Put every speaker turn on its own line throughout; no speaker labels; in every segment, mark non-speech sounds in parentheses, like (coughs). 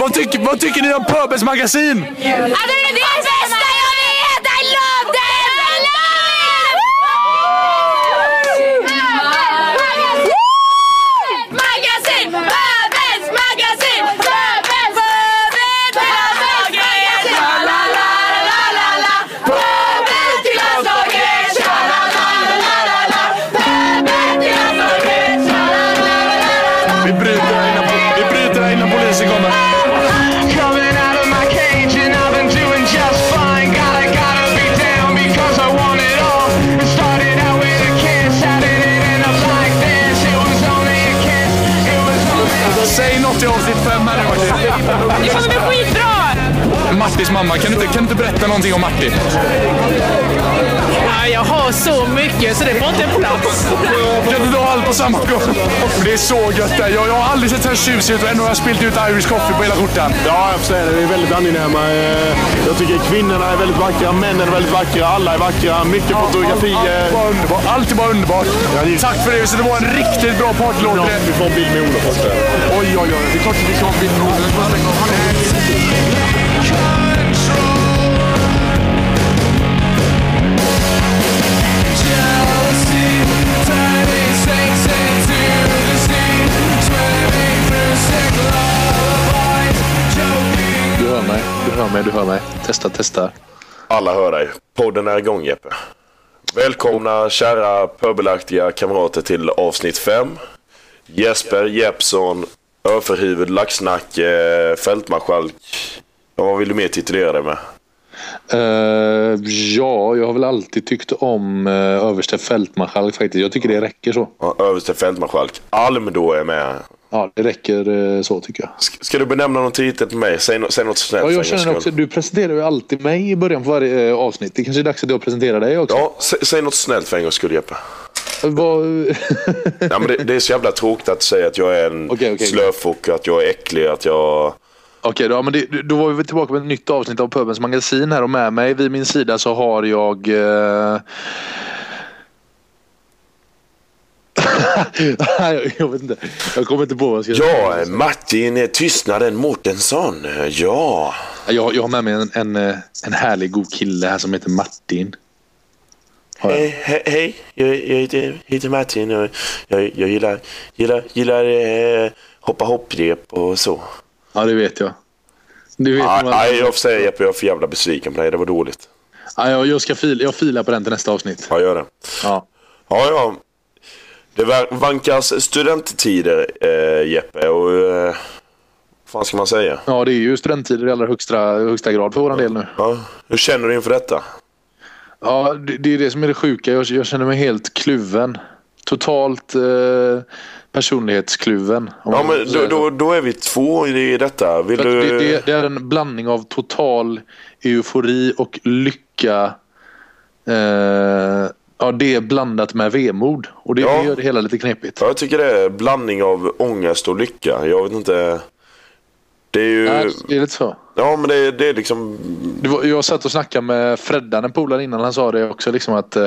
Vad, tycker- vad tycker ni om Pöbels magasin?
Alltså det är det bästa jag vet! I love them! I love it! Magasin! Böbels magasin! Böbels! Böbels! Glasdagen! Tja la la la la la la! Böbels! Glasdagen! Tja la la la la la la! Böbels! Glasdagen! Tja la la la la la la!
Vi bryter innan, vi bryter här innan polisen kommer.
Coming out of my cage and I've been doing just fine. Gotta, gotta be down because I want it all. It started out with a kiss, how did it end up like this? It was only a kiss, it was only a
Säg något i avsnitt fem här nu Martin.
Det kommer bli skitbra!
Martins mamma, kan du inte, kan du inte berätta någonting om Martin?
Ja, jag har så mycket så det får inte plats.
Kan du dra allt på samma gång? Det är så gött där. Jag, jag har aldrig sett så här tjusigt ut och ändå har jag spilt ut Irish coffee på hela skjortan.
Ja, jag får säga det. Vi är väldigt angenäma. Eh, Jag tycker kvinnorna är väldigt vackra, männen är väldigt vackra, alla är vackra. Mycket fotografier.
Allt var underbart. Allt var underbart. Tack för eh, det. Så det var en riktigt bra partylåt.
Ja, Vi får en bild med Olof också.
Oj, oj, oj. Det är klart att vi ska ha en bild med Olof.
Du hör mig, du hör mig, du hör mig. Testa, testa.
Alla hör dig. Podden är igång Jeppe. Välkomna kära pöbelaktiga kamrater till avsnitt 5. Jesper Jeppsson, Överhuvud, Laxnacke, Fältmarskalk. Ja, Vad vill du mer titulera dig med?
Eh, ja, jag har väl alltid tyckt om eh, överste fältmarskalk faktiskt. Jag tycker det räcker så.
Ja, Överste fältmarskalk. Alm då är med.
Ja, det räcker eh, så tycker jag.
Ska, ska du benämna någon titel på mig? Säg, no- säg något snällt.
Ja, jag
för en gångs
känner också,
skull.
du presenterar ju alltid mig i början på varje eh, avsnitt. Det kanske är dags att jag presenterar dig också. Eh,
Ja, sä, säg något snällt för en gångs skull Jeppe.
Vad- (laughs)
Ja, men det, det är så jävla tråkigt att säga att jag är en
Okej, okej.
slöfock, att jag är äcklig, att jag...
Okej, då, ja, men det, då var vi väl tillbaka med ett nytt avsnitt av Pöbens magasin här och med mig vid min sida så har jag... Eh... (laughs) Nej, jag vet inte. Jag kommer inte på vad jag ska
Ja, Martin Tystnaden Mårtensson. Ja.
Jag, jag har med mig en, en, eh, en härlig god kille här som heter Martin.
Eh, he- Hej, jag, jag heter, heter Martin och jag, jag gillar, gillar, gillar eh, hoppa hopprep och så.
Ja, det vet jag. Du vet
Nej,
man-
nej, jag får säga Jeppe, jag är för jävla besviken på dig. Det var dåligt.
Ja, jag, jag, ska fila, jag filar på den till nästa avsnitt.
Ja, gör det.
Ja.
Ja, ja. Det var- vankas studenttider, eh, Jeppe. Och, eh, vad fan ska man säga?
ja, det är ju studenttider i allra högsta, högsta grad för våran del nu.
Ja, hur känner du inför detta?
Ja, det, det är det som är det sjuka. Jag, jag känner mig helt kluven. Totalt eh, personlighetskluven. om
Ja,
man
men då,
säger så.
då, då är vi två i detta. Vill
För att
du...
det, det, det är en blandning av total eufori och lycka. Eh, ja, det är blandat med vemod. Och det,
Ja.
det gör det hela lite knepigt.
Ja, jag tycker det är blandning av ångest och lycka. Jag vet inte. Det är ju...
Nej, det är lite så.
Ja, men det, det är liksom...
Det var, jag satt och snackade med Freddan, en polare innan. Han sa det också. Liksom att, eh,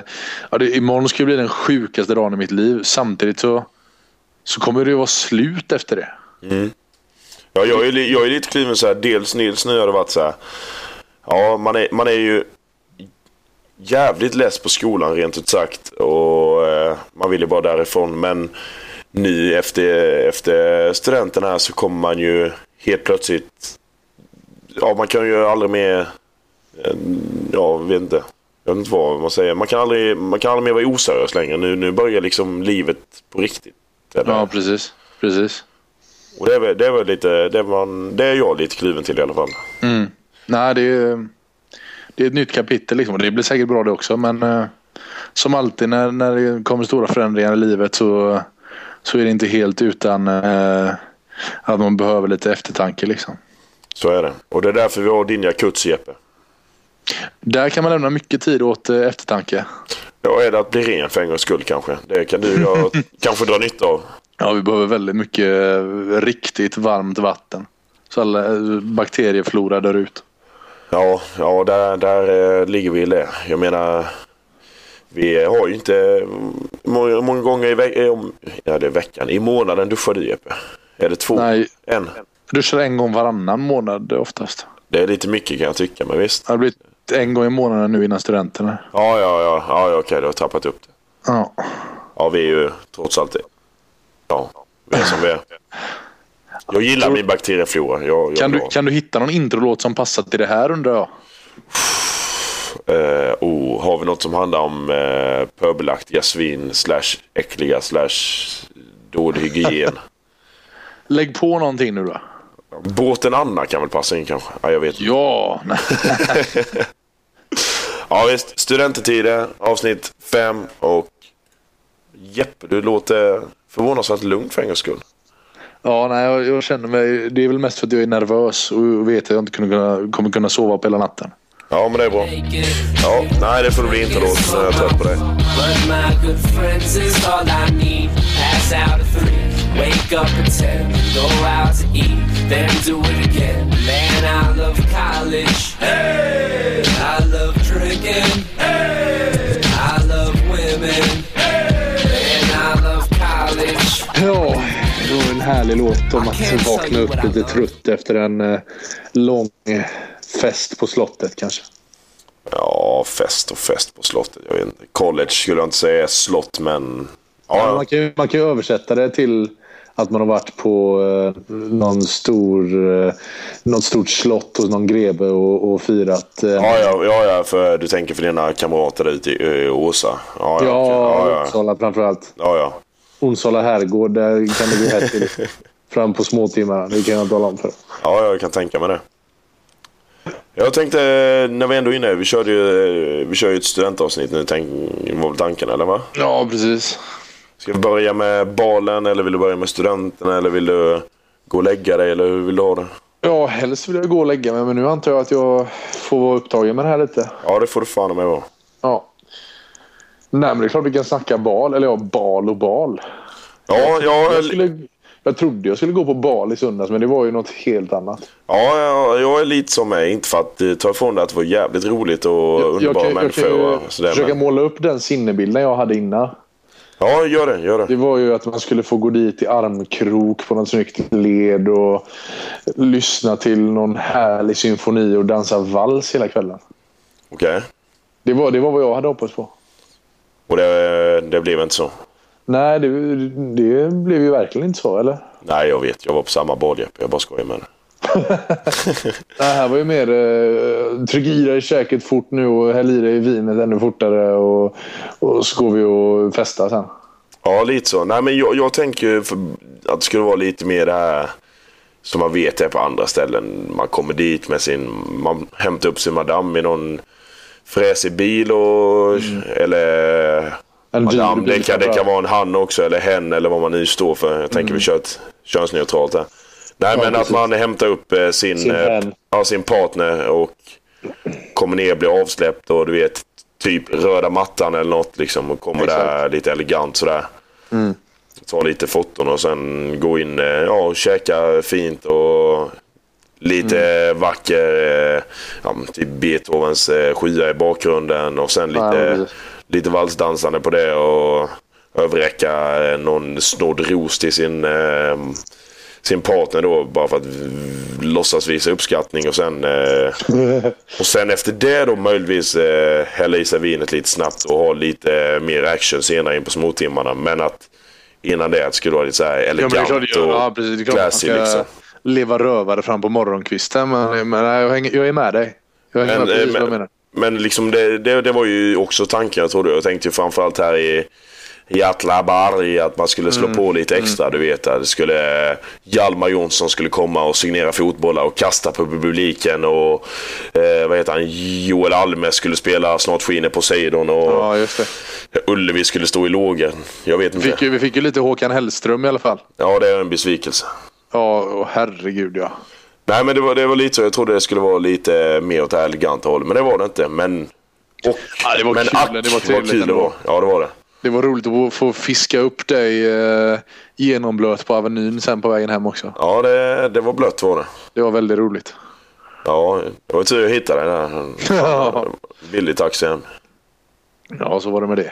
ja, det, imorgon ska ju bli den sjukaste dagen i mitt liv. Samtidigt så, så kommer det ju vara slut efter det.
Ja, jag, är, li- jag är lite kluven så här. Dels, dels nu har det varit så här. Ja, man är, man är ju jävligt less på skolan rent ut sagt. Och eh, man vill ju bara därifrån. Men nu efter, efter studenten här så kommer man ju helt plötsligt... Ja, man kan ju aldrig mer... eh, Ja, vet inte. Jag vet inte vad man säger. Man kan aldrig, man kan aldrig mer vara oseriös längre. Nu, nu börjar liksom livet på riktigt. Eller?
Ja, precis. precis.
Och det är väl, det är väl lite, det är, man, det är jag lite kluven till i alla fall.
Nej, det är, det är ett nytt kapitel. Liksom. Och Det blir säkert bra det också. Men eh, som alltid när, när det kommer stora förändringar i livet så, så är det inte helt utan eh, att man behöver lite eftertanke. Liksom.
Så är det. Och det är därför vi har din jacuzzi Jeppe.
Där kan man lämna mycket tid åt eh, eftertanke.
Ja, är det att bli ren för en gångs skull kanske? Det kan du och (laughs) jag kanske dra nytta av.
Ja, vi behöver väldigt mycket eh, riktigt varmt vatten. Så alla eh, bakterieflora dör ut.
Ja, ja där, där eh, ligger vi i det. Jag menar, vi har ju inte många, många gånger i veckan, ja det är veckan, i månaden duschar du Jeppe. Är det två?
Nej.
En?
duschar en gång varannan månad oftast.
Det är lite mycket kan jag tycka, men visst.
Det har blivit en gång i månaden nu innan studenten.
Ja, ja, ja. ja, ja okej, du har tappat upp det.
Ja.
Ja, vi är ju trots allt det. Ja, vi är som vi är. Jag gillar min bakterieflora. Jag, jag
Kan, du,
drar.
kan du hitta någon introlåt som passar till det här undrar jag?
Eh, oh, har vi något som handlar om eh, pöbelaktiga svin slash äckliga slash dålig hygien? (laughs)
Lägg på någonting nu då.
Båten Anna kan väl passa in kanske? Ja, jag vet inte.
Ja, nej.
Ja, visst. Studentetider, avsnitt 5 och Jeppe, du låter förvånansvärt lugn för en gångs skull.
(laughs) Ja, nej jag, jag känner mig... Det är väl mest för att jag är nervös och vet att jag inte kunde, kunna- kommer kunna sova på hela natten.
Ja, men det är bra. Ja, nej, det får det bli inte låt. Nu är jag trött på dig.
But my good friends is all I need. Pass out at three, wake up at ten, go out to eat, then do it again. Man, I love college. Hey, I love drinking. Hey, I love women. Hey, and I love college.
Ja, det var en härlig låt om att vakna upp lite trött efter en eh, lång eh, fest på slottet kanske.
Ja, fest och fest på slottet. Jag vet inte. College skulle jag inte säga är slott, men...
Ja,
Ja,
man, kan ju, man kan ju översätta det till att man har varit på eh, någon stor, eh, något stort slott hos någon greve och, och firat. Eh,
ja, ja, ja, ja för du tänker för dina kamrater där ute i Ö- i Åsa. Ja, ja, okej.
ja,
ja, ja.
Onsala framförallt.
ja, ja.
Onsala herrgård, där kan det bli häftigt. Fram på småtimmarna, det kan jag tala om för.
Ja, jag kan tänka mig det. Jag tänkte, när vi ändå är inne, vi körde ju, vi kör ju ett studentavsnitt nu, tänk, var väl tanken eller va?
Ja, precis.
Ska vi börja med balen eller vill du börja med studenterna eller vill du gå och lägga dig eller hur vill du ha det?
Ja, helst vill jag gå och lägga mig men nu antar jag att jag får vara upptagen med det här lite.
Ja, det får du fan med vara.
Ja. Nej, men det är klart vi kan snacka bal. Eller ja, bal och bal.
Ja,
Jag,
jag,
skulle, jag trodde jag skulle gå på bal i söndags men det var ju något helt annat.
ja, jag, jag är lite som mig, inte för att eh, ta ifrån det att det var jävligt roligt och
jag
underbara
kan, jag kan
människor
ju
och sådär.
försöka
Men,
måla upp den sinnebilden jag hade innan.
ja, gör det, gör
Det
det.
var ju att man skulle få gå dit i armkrok på något snyggt led och lyssna till någon härlig symfoni och dansa vals hela kvällen.
Okej.
Det var, det var vad jag hade hoppats på.
Och det, det blev inte så.
Nej, det, det blev ju verkligen inte så, eller?
Nej, jag vet. Jag var på samma bal, Jeppe. Jag bara skojar med dig.
Det här var ju mer eh, tryck i dig käket fort nu och häll i dig vinet ännu fortare och, och så går vi och festar sen.
Ja, lite så. Nej, men jag, jag tänker ju för att det skulle vara lite mer det här som man vet är på andra ställen. Man kommer dit med sin... Man hämtar upp sin madam i någon fräsig bil och...
Mm.
Eller...
En dyr
Madam, det
bil
kan, det
framför
kan vara en han också, eller hen, eller vad man nu står för. Jag tänker vi kör ett könsneutralt här. Nej, men att
Mm. precis.
man hämtar upp eh, sin,
Sin
eh,
hen.
ja, sin partner och kommer ner, blir avsläppt och du vet, typ röda mattan eller något liksom. Och kommer där lite elegant sådär.
Mm.
Ta lite foton och sen gå in eh, ja, och käka fint och lite vacker, eh, ja, men typ Beethovens eh, skya i bakgrunden och sen
Ja,
lite,
precis.
lite valsdansande på det och överräcka eh, någon snodd ros till sin, eh, sin partner då bara för att v- låtsas visa uppskattning och sen eh, och sen efter det då möjligtvis eh, hälla i sig vinet lite snabbt och ha lite eh, mer action senare in på småtimmarna. Men att innan det att det skulle vara lite så här elegant och classy liksom.
leva rövare fram på morgonkvisten. Men, men nej, jag, hänger, jag är med dig. Jag hänger
Men,
med precis
eh,
vad
men-
du menar.
Men liksom det, det, det var ju också tanken jag trodde. Jag tänkte ju framförallt här i, i Atlaberg att man skulle
Mm.
slå på lite extra. Du vet, att det skulle, Hjalmar Jonsson skulle komma och signera fotbollar och kasta på publiken. Och eh, vad heter han? Joel Alme skulle spela Snart skiner Poseidon. Och
Ja, just det.
Ullevi skulle stå i lågen. Jag vet
Vi
inte.
fick, ju, vi fick ju lite Håkan Hellström i alla fall.
Ja, det är en besvikelse.
Ja, och herregud ja.
Nej, men det var, det var lite så. Jag trodde det skulle vara lite mer åt det här eleganta hållet, men det var det inte. Men... Och,
Ja, det var
men
kul,
ack,
det var
vad
trevligt
kul det
ändå.
var. Ja, det var det.
Det var roligt att få fiska upp dig eh, genomblöt på Avenyn sen på vägen hem också.
Ja, det, det var blött var det.
Det var väldigt
(laughs)
roligt.
Ja, det var tur jag hittade den där. Billig taxi hem.
Ja, så var det med det.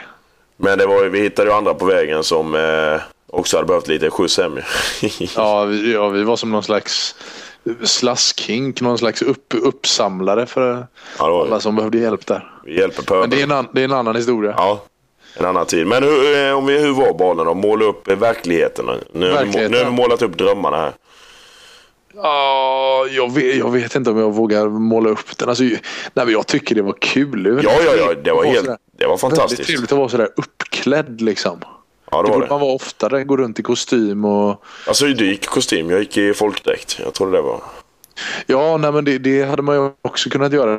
Men det var, ju- vi hittade ju andra på vägen som eh, Också hade behövt lite skjuts hem ju. (laughs)
Ja, vi, ja, vi var som någon slags slaskhink, någon slags upp, uppsamlare för
Ja, det var vi.
alla som behövde hjälp där.
Vi hjälper
Men det är
pöbeln.
en, an, det är en annan historia.
Ja, en annan tid. Men hur, eh, om vi, hur var balen då? Måla upp eh, verkligheten. Nu, nu, har vi må-
Verkligheten.
nu har vi målat upp drömmarna här.
Ja, jag, vet, jag vet inte om jag vågar måla upp den. Alltså, ju- nej, men jag tycker det var kul. Det var
Ja, ja, ja. Det var,
trevligt att vara
helt,
sådär-
det var
Väldigt
fantastiskt.
trevligt att vara sådär uppklädd liksom.
Ja, det
Det
var
borde
det.
man vara oftare. Gå runt i kostym och...
Alltså du gick i kostym, jag gick i folkdräkt. Jag trodde det var...
Ja, nej, men det, det hade man ju också
(laughs)
kunnat göra.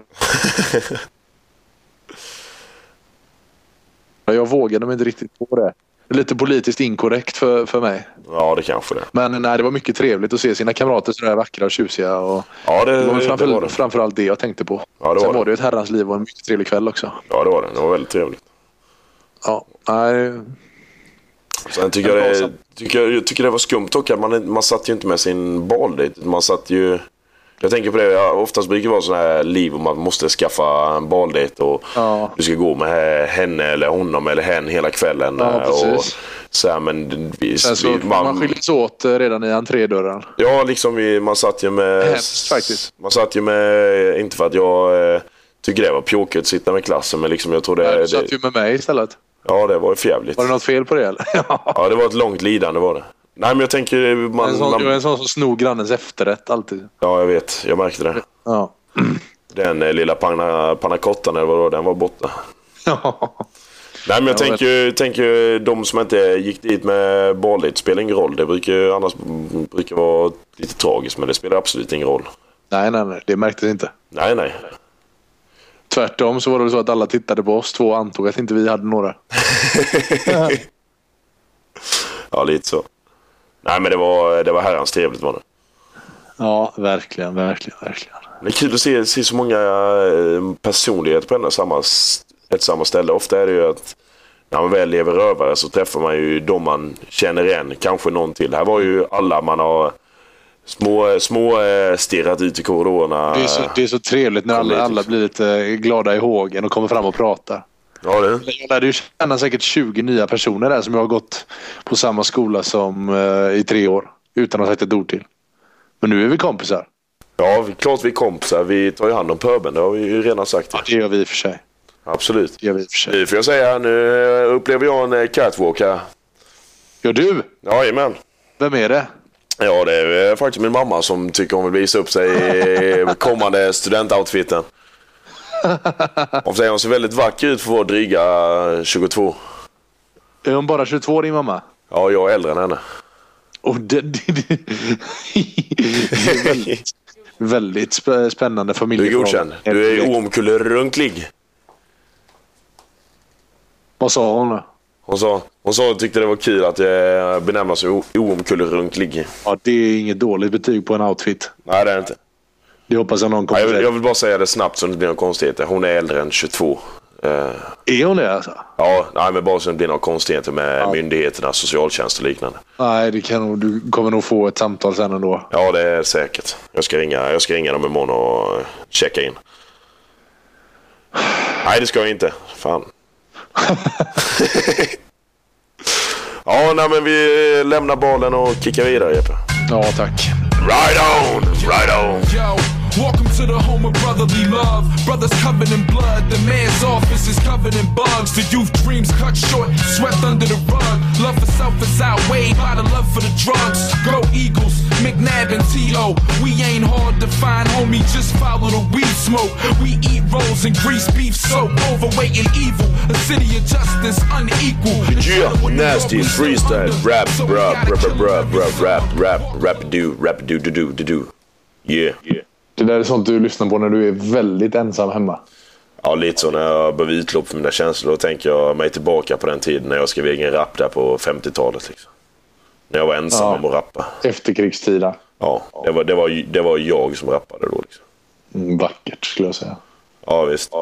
Jag vågade mig inte riktigt på det. Lite politiskt inkorrekt för, för mig.
Ja, det kanske det.
Men nej, det var mycket trevligt att se sina kamrater sådär vackra och tjusiga. Och
Ja, det,
det var väl
Eh, det, var
framför,
det.
framförallt det jag tänkte på.
Ja, det var
Sen
det.
var det ju ett herrans liv och en mycket trevlig kväll också.
Ja, det var det. Det var väldigt trevligt.
Ja, nej,
Sen tycker jag, det, tycker jag, jag tycker det var skumt dock att man, man satt ju inte med sin bal dit. Man satt ju... Jag tänker på det, jag, oftast brukar det vara sådana här liv om man måste skaffa en baldejt och
Ja.
du ska gå med henne eller honom eller hen hela kvällen.
Ja,
eh, och
precis.
så här, men vi,
sen så
vi, man,
man skiljs åt eh, redan i entrédörren.
Ja, liksom vi, man satt ju med...
Hemskt, Äh, faktiskt.
Man satt ju med, inte för att jag eh, tycker det var pjåkigt att sitta med klassen, men liksom jag tror det...
Nej, Du
det
satt ju med mig istället.
Ja, det var ju förjävligt.
Var det något fel på det eller? (laughs) Ja.
Ja, det var ett långt lidande var det. Nej, men jag tänker... eh, Man,
En sån,
man,
Jag är en sån som snor grannens efterrätt alltid.
Ja, jag vet. Jag märkte det.
Ja.
Den eh, lilla panna, pannacottan eller vad det var, den var borta. Nej, men jag
Ja,
tänker ju, tänker ju de som inte gick dit med bolligt spelar ingen roll. Det brukar ju annars brukar vara lite tragiskt, men det spelar absolut ingen roll.
(laughs) nej, nej, nej. Det märktes inte.
Nej, nej.
Tvärtom så var det väl så att alla tittade på oss två och antog att inte vi hade några.
Ja, lite så. Nej, men det var, eh, det var herrans trevligt var det.
Ja, verkligen, verkligen, verkligen.
Det är kul att se, se så många eh, personligheter på en och samma, s- ett samma ställe. Ofta är det ju att när man väl lever rövare så träffar man ju de man känner igen, kanske någon till. Här var ju alla man har små, små eh, stirrat ut i korridorerna.
Det är så, det är så trevligt när alla,
hit,
alla
liksom.
blir lite eh, glada i hågen och kommer fram och pratar.
Ja, du.
Jag lärde ju känna säkert 20 nya personer där som jag har gått på samma skola som eh, i tre år. Utan att ha sagt ett ord till. Men nu är vi kompisar.
Ja, vi- klart vi är kompisar. Vi tar ju hand om pöbeln, det har vi ju redan sagt.
Det gör vi i och för sig.
Absolut.
Det gör vi i och för sig.
Nu får jag säga, nu upplever jag en eh, catwalk här.
Gör du?
Jajamän.
Vem är det?
Ja, det är eh, faktiskt min mamma som tycker hon vill visa upp sig i kommande studentoutfiten. Hon säger hon ser väldigt vacker ut för att vara dryga eh, 22.
Är hon bara 22 din mamma?
Ja, jag är äldre än henne.
Och det, (laughs) det, det, det är väldigt, väldigt spä- spännande
Du är
familjeförhållande.
godkänd. Du är oomkullrunklig.
Vad sa hon då?
Hon sa, hon sa hon tyckte det var kul att jag benämnas o- oomkullrunklig.
Ja, det är inget dåligt betyg på en outfit.
Nej, det är det inte.
Det hoppas jag någon
Ja,
kommer
Jag vill, jag
säga.
vill bara säga det snabbt så det inte blir några konstigheter. Hon är äldre än 22. Eh,
Är hon det alltså?
ja, nej, men bara så det inte blir några konstigheter med myndigheterna, socialtjänst och liknande.
Nej, det kan nog, du kommer nog få ett samtal sen ändå.
Ja, det är säkert. Jag ska ringa, jag ska ringa dem imorgon och eh, checka in. Nej, det ska jag inte. (laughs) Fan. ja, nej, men vi lämnar bollen och kickar vidare, Jeppe.
Ja, tack.
Right on! Right on!
Yo, welcome to the home of brotherly love. Brothers covered in blood, the man's office is covered in bugs. The youth dreams cut short, swept under the rug. Love for self is outweighed by the love for the drugs. Go Eagles, McNabb and T.O. We ain't hard to find, homie, just follow the weed smoke. We eat rolls and grease beef soap, overweight and evil. A city of justice unequal.
Yeah, nasty freestyle rap, rap, rap, rap, rap, rap, rap, rap, do, rap, do, do, do, do, do. Yeah.
Det där är sånt du lyssnar på när du är väldigt ensam hemma.
Ja, lite så när jag behöver utlopp för mina känslor. Då tänker jag mig tillbaka på den tiden när jag skrev egen rap där på 50-talet. Liksom. När jag var ensam
Ja.
om att rappa.
Efterkrigstida.
Ja, det var, det, var, ju- det var jag som rappade då. Liksom.
Mm, Vackert skulle jag säga.
Ja, visst.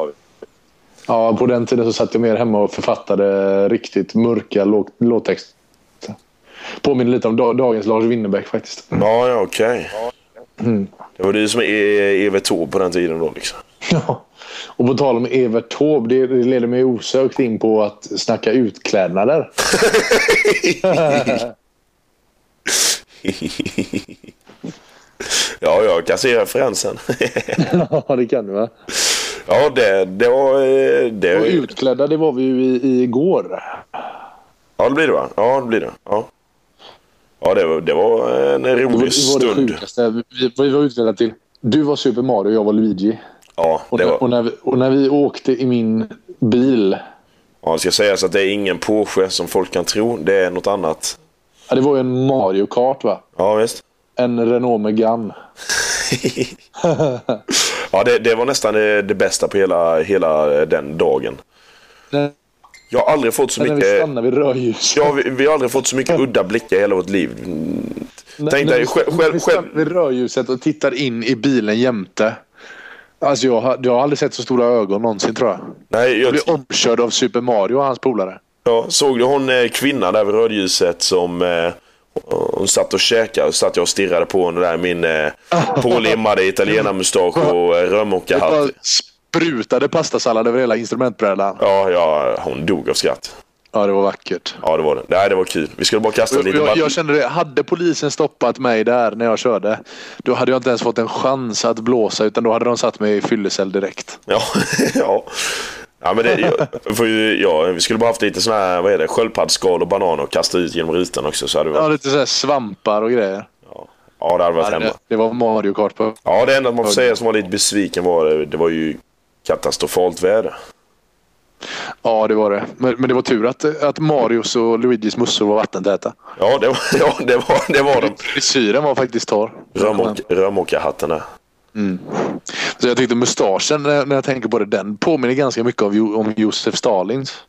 Ja, på den tiden så satt jag mer hemma och författade riktigt mörka lå- låttexter. Påminner lite om da- dagens Lars Winnerbäck faktiskt. (laughs)
Ja, ja okej.
Mm.
Det var du som är E- Evert Taube på den tiden då. Liksom. (laughs)
Ja. Och på tal om Evert Taube, det det (laughs) leder mig osökt in på att snacka utklädnader.
ja, jag kan se referensen. (laughs)
ja, det kan du va?
ja, det, det var... eh, Det,
Och utklädda, det var vi ju i, i igår.
Ja, det blir det va? Ja, det blir det. Ja, ja det, var, det var en
Det
rolig
var, det var det
stund.
sjukaste vi, vi var utklädda till. Du var Super Mario och jag var Luigi.
Ja,
Och,
det
när,
var...
och, när vi, och när vi åkte i min bil.
Ja, det ska sägas att det är ingen Porsche som folk kan tro. Det är något annat.
Ja, det var ju en Mario Kart va?
Ja, visst.
En Renault Megane.
Ja, det, det var nästan det, det bästa på hela, hela eh, den dagen.
När-
Jag har aldrig fått så
när vi
mycket...
stannade vid rödljus.
Ja, vi, vi har aldrig fått så mycket udda blickar i hela vårt liv. Mm.
När-
Tänk
när
dig
vi
själv...
stannar-
själv, själv
vi stannar vid rödljuset och tittar in i bilen jämte. Alltså jag, har- jag har aldrig sett så stora ögon någonsin tror jag.
nej,
Jag
jag,
blev omkörd av Super Mario och hans polare.
Ja, såg du hon eh, kvinnan där vid rödljuset som eh, hon satt och käkade och satt jag och stirrade på henne där i min eh,
(laughs)
pålimmade italienarmustasch och eh,
Det bara
rödmokahatt.
sprutade pastasallad över hela instrumentbrädan.
Ja, ja, hon dog av skratt.
Ja, det var vackert.
Ja, det var det. Nej, det var kul. Vi skulle bara kasta lite
Jag, jag
vatten.
kände det. Hade polisen stoppat mig där när jag körde, då hade jag inte ens fått en chans att blåsa. Utan då hade de satt mig i fyllecell direkt.
Ja, (laughs) ja. Ja, men det, jag, för, ju- ja, vi skulle bara haft lite såna här, vad är det, sköldpaddsskal och bananer och kasta ut genom rutan också. Så hade det
Ja,
varit,
lite sådär svampar och grejer.
ja, det hade varit
Ja,
hemma.
det, det var Mario Kart på.
Ja, det enda man får säga som var lite besviken var det, det var ju katastrofalt väder.
Ja, det var det. Men, men det var tur att, att Marios och Luigis mussor var vattentäta.
Ja, det var, (laughs) ja, det var, det var de.
Frisyren var faktiskt torr.
Rörmok- Rörmokarhatten där.
Så jag tyckte mustaschen, när när jag tänker på det, den påminner ganska mycket om, Jo- om Josef Stalins. (laughs)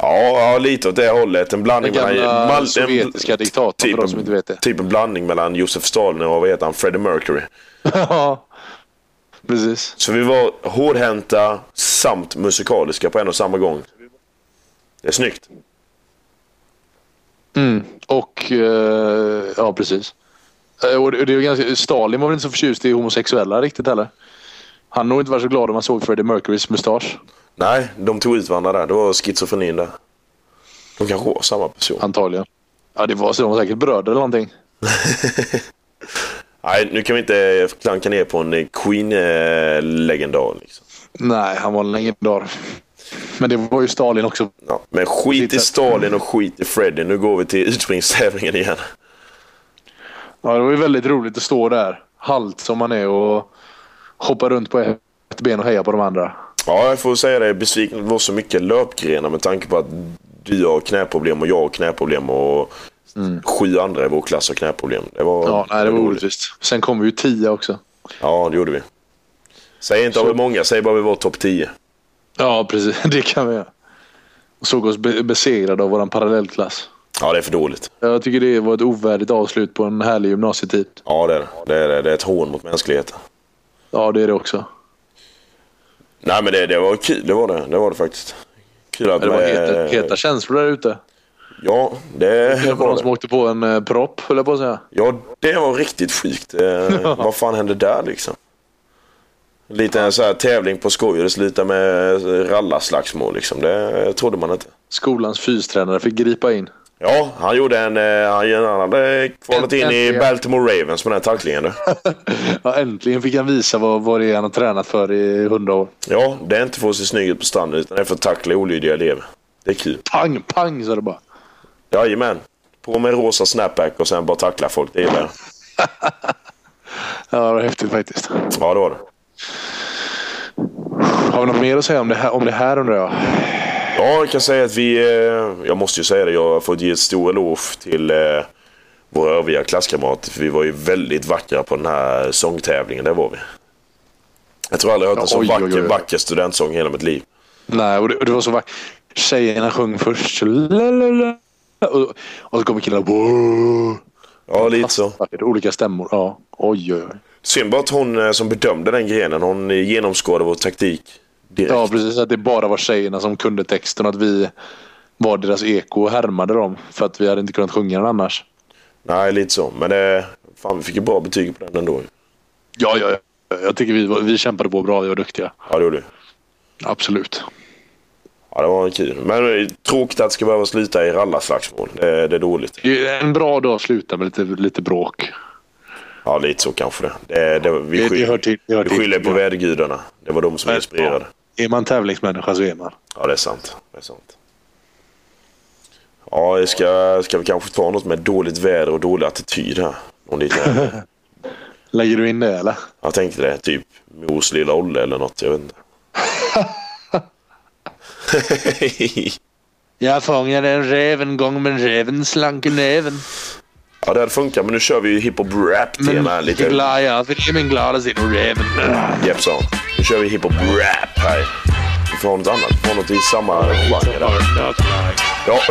Ja, ja, lite åt det hållet. En blandning
Den gamla
mellan... en-
sovjetiska diktatorn,
typ
för de
en-
som inte vet det.
Typ en blandning mellan Josef Stalin och vad heter han? Freddie Mercury.
Ja, precis.
Så vi var hårdhänta samt musikaliska på en och samma gång. Det är snyggt.
Och, eh, ja precis. Eh, Och det det är ju ganska, Stalin var väl inte så förtjust i homosexuella riktigt heller? Han nog inte varit så glad om han såg Freddie Mercurys mustasch.
Nej, de tog ut varandra där. Det var schizofrenin där. De kanske var samma person.
Antagligen. Ja, det var så. De var säkert bröder eller någonting.
Nej, nu kan vi inte eh, klanka ner på en eh, Queen-legendar. Liksom.
Nej, han var en legendar. Men det var ju Stalin också.
Ja, men skit i
Lite-
Stalin och skit i Freddie. Nu går vi till utspringstävlingen igen.
Ja, det var ju väldigt roligt att stå där, halt som man är, och hoppa runt på ett ben och heja på de andra.
Ja, jag får säga det. Jag är besviken. Det var så mycket löpgrenar med tanke på att du har knäproblem och jag har knäproblem och sju andra i vår klass har knäproblem. Det var,
Ja, nej, det var orättvist. Sen kom vi ju tio också.
Ja, det gjorde vi. Säg inte hur många, säg bara vi var topp 10.
Ja, precis. (laughs) Det kan vi göra. Och såg oss be- besegrade av vår parallellklass.
Ja, det är för dåligt.
Jag tycker det var ett ovärdigt avslut på en härlig gymnasietid.
Ja, det är det. det. Är, det. det är ett hån mot mänskligheten.
Ja, det är det också.
Nej, men det, det var kul. Det var det. Det var det faktiskt. Kul att
Men det var heta,
eh,
heta känslor där ute.
Ja, det
Det var
var
de som
det.
åkte på en eh, propp, höll jag på att säga.
Ja, det var riktigt sjukt.
(laughs)
Eh, vad fan hände där liksom? Lite en så här tävling på skoj och det slutar med rallarslagsmål liksom. Det trodde man inte.
Skolans fystränare fick gripa in.
Ja, han gjorde en... eh, Han, han hade kvalat in i
Äntligen.
Baltimore Ravens med den här tacklingen. du.
Ja, äntligen fick han visa vad, vad det är han har tränat för i hundra år.
Ja, det är inte för att se snygg ut på stranden utan det är för att tackla olydiga elever. Det är kul.
Pang, pang sa det bara.
Jajamän. På med rosa snapback och sen bara tackla folk. Det gillar jag.
Ja, det var häftigt faktiskt.
Ja, det var det.
Har vi något mer att säga om det här, om det här undrar jag?
Ja, jag kan säga att vi... eh, Jag måste ju säga det, jag har fått ge ett stor eloge till eh, våra övriga klasskamrater. För vi var ju väldigt vackra på den här sångtävlingen, det var vi. Jag tror aldrig jag hört en så
Oj, oj,
vacker,
oj.
vacker studentsång i hela mitt liv.
Nej, och det, och det var så vackert. Tjejerna sjöng först. så la, la, la. Och, och så kommer killarna. "Wow."
Ja, lite så.
Vackert, Olika stämmor. Ja. Oj, oj, oj.
Synd bara att hon eh, som bedömde den grenen, hon eh, genomskådade vår taktik direkt.
Ja, precis. Att det bara var tjejerna som kunde texten och att vi var deras eko och härmade dem. För att vi hade inte kunnat sjunga den annars.
Nej, lite så. Men eh, fan, vi fick ju bra betyg på den ändå.
Ja, ja, ja. Jag tycker vi, var- vi kämpade på bra. Vi var duktiga.
Ja, det gjorde vi.
Absolut.
Ja, det var en kul. Men eh, tråkigt att det ska behöva sluta i rallarslagsmål. Det, det är dåligt.
En bra dag slutar med lite, lite bråk.
Ja, lite så kanske det. det, det vi
Det- det
skyller,
hör till- det hör
vi
till.
skyller på
Ja.
vädergudarna. Det var de som inspirerade.
Är man tävlingsmänniska så är man.
Ja, det är sant. Det är sant. Ja, ska, ska vi kanske ta något med dåligt väder och dålig attityd här? Någon
(laughs)
liten,
Lägger du in det eller?
jag tänkte det, typ Mos lilla Olle eller något. Jag vet
(laughs)
inte. (laughs)
Jag fångade en räv en gång men räven slank i näven.
ja, det hade funkat, men nu kör vi ju hiphop-rap-tema här lite.
Glad jag för min glada sin och räven.
Japp, sa han. Nu kör vi hiphop-rap här. Vi får ha något annat. Vi får ha något i samma genre där. Ja. (laughs)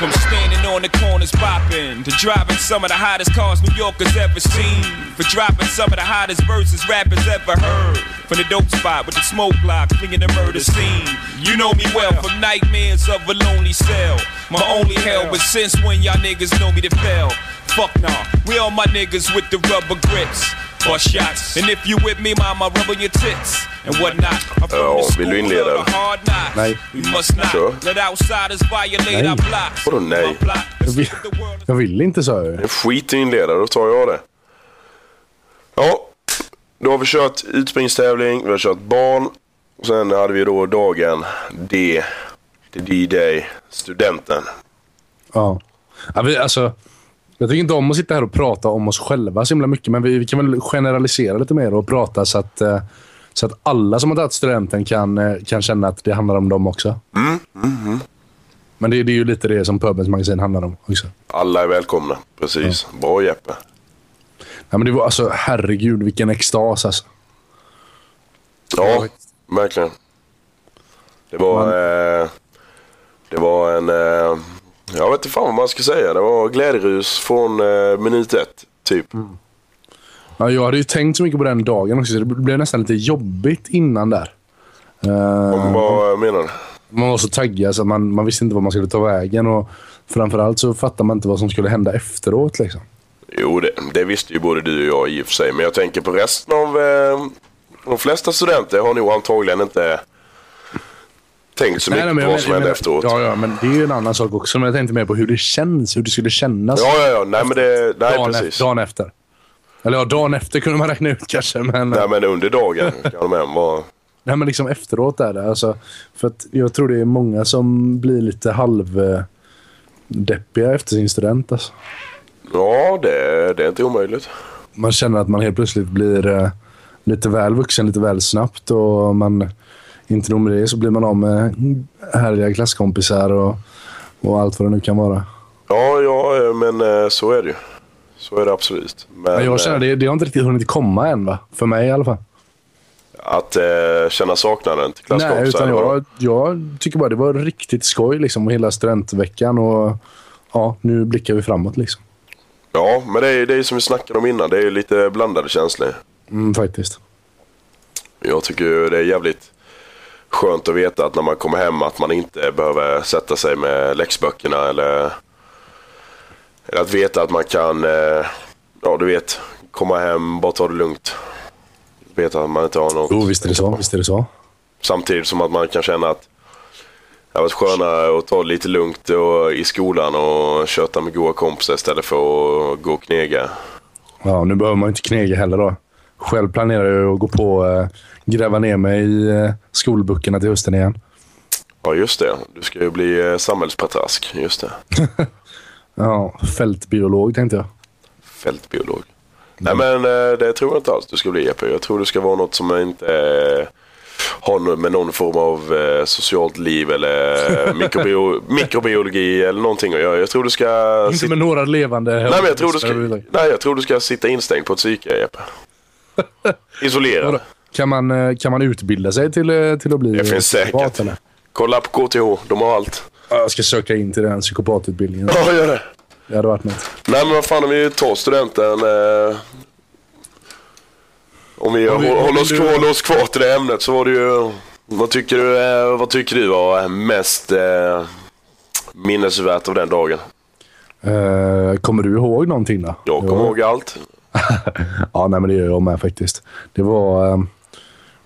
From standing on the corners popping to driving some of the hottest cars New Yorkers ever seen. For dropping some of the hottest verses rappers ever heard. From the dope spot with the smoke block, flinging the murder scene. You know me well from nightmares of a lonely cell. My only hell was since when y'all niggas know me to fail. Fuck nah, we all my niggas with the rubber grips. Or shots. And if you with me, mama, rub on your tits and whatnot. I'm from
Ja,
the
vill du
school
inleda?
of the hard knocks.
Nej.
We must not
Kör.
let outsiders violate our block.
Vadå nej?
Jag vill, jag vill inte så.
En skit i inledare, då tar jag det. Ja, då har vi kört utspringstävling, vi har kört barn. Och sen hade vi då dagen D, det är D-Day, studenten.
Ja. ja vi, alltså, jag tycker inte om att sitta här och prata om oss själva så himla mycket, men vi, vi kan väl generalisera lite mer och prata så att, eh, så att alla som har tagit studenten kan, eh, kan känna att det handlar om dem också. Men det, det är ju lite det som Pöbelns magasin handlar om också.
Alla är välkomna, precis. Bra Jeppe.
Ja, men det var, alltså, herregud, vilken extas alltså.
Ja, verkligen. Det var, eh, det var en, eh, jag vet inte fan vad man ska säga, det var glädjerus från eh, minut ett, typ.
Mm. Ja, jag hade ju tänkt så mycket på den dagen också, så det blev nästan lite jobbigt innan där. Eh,
Vad menar du?
Man var så taggad så att man, man visste inte vad man skulle ta vägen. Och framförallt så fattade man inte vad som skulle hända efteråt. Liksom.
Jo, det, det visste ju både du och jag i och för sig. Men jag tänker på resten av... Eh, de flesta studenter har nog antagligen inte tänkt så mycket
men
på
jag
vad som
men-
hände
men-
efteråt.
Ja, ja, men det är ju en annan sak också. Men jag tänkte mer på hur det känns, hur det skulle kännas.
Ja, ja, ja. Nej, men det... Nej,
dagen,
precis.
efter, dagen efter. Eller ja, dagen efter kunde man räkna ut kanske. Men,
Nej, men under dagen kan de hem vara...
nej, men liksom efteråt är det. Alltså, för att jag tror det är många som blir lite halv... eh, deppiga efter sin student. Alltså.
Ja, det, det är inte omöjligt.
man känner att man helt plötsligt blir eh, lite väl vuxen lite väl snabbt. Och man, inte nog med det så blir man av med härliga klasskompisar och, och allt vad det nu kan vara.
Ja, ja, eh, men eh, så är det ju. Så är det absolut. Men,
Men, jag känner
eh,
det, det har inte riktigt hunnit komma än, va? för mig i alla fall.
Att eh, känna saknaden till
Nej,
klasskompisar.
utan
eller vad?
jag, jag tycker bara det var riktigt skoj liksom, och hela studentveckan. Och, ja, nu blickar vi framåt liksom.
Ja, men det är ju det är som vi snackade om innan. Det är ju lite blandade känslor.
Mm, faktiskt.
Jag tycker ju det är jävligt skönt att veta att när man kommer hem att man inte behöver sätta sig med läxböckerna eller, eller att veta att man kan, eh, ja du vet, komma hem, bara ta det lugnt. Veta att man inte har något.
Jo, visst är det så. Visst är det så.
Samtidigt som att man kan känna att det har varit skönare att ta det lite lugnt och, i skolan och köta med goa kompisar istället för att gå och knega.
Ja, nu behöver man ju inte knega heller då. Själv planerar jag att gå på eh, gräva ner mig i eh, skolböckerna till hösten igen.
Ja just det, du ska ju bli eh, samhällspatrask. Just det.
Ja, fältbiolog tänkte jag.
Fältbiolog. Nej men eh, det tror jag inte alls du ska bli Jeppe. Jag tror du ska vara något som inte eh, har nå- med någon form av eh, socialt liv eller (laughs) eh, mikrobio mikrobiologi eller någonting att göra. Jag tror du ska...
Inte
sit-
med några levande...
Nej, men jag tror, du ska,
överhuvudtaget.
nej, jag tror du ska sitta instängd på ett psyke Jeppe.
(laughs)
Isolerad.
Kan man, eh, kan man utbilda sig till, eh, till att bli
Det finns säkert.
psykopat, eller?
Kolla på KTH, de har allt.
Ja, Jag ska söka in till den psykopatutbildningen.
Ja, gör det.
Det hade varit något.
Nej men vad fan om vi tar studenten. Eh, om vi,
Om vi-
håller,
om
oss,
du-
kvar- håller oss kvar till det ämnet så var det ju. Vad tycker du, eh, vad tycker du var mest eh, minnesvärt av den dagen?
Eh, kommer du ihåg någonting då?
Jag kommer ihåg allt.
Ja, nej, men det gör jag med faktiskt. Det var... eh,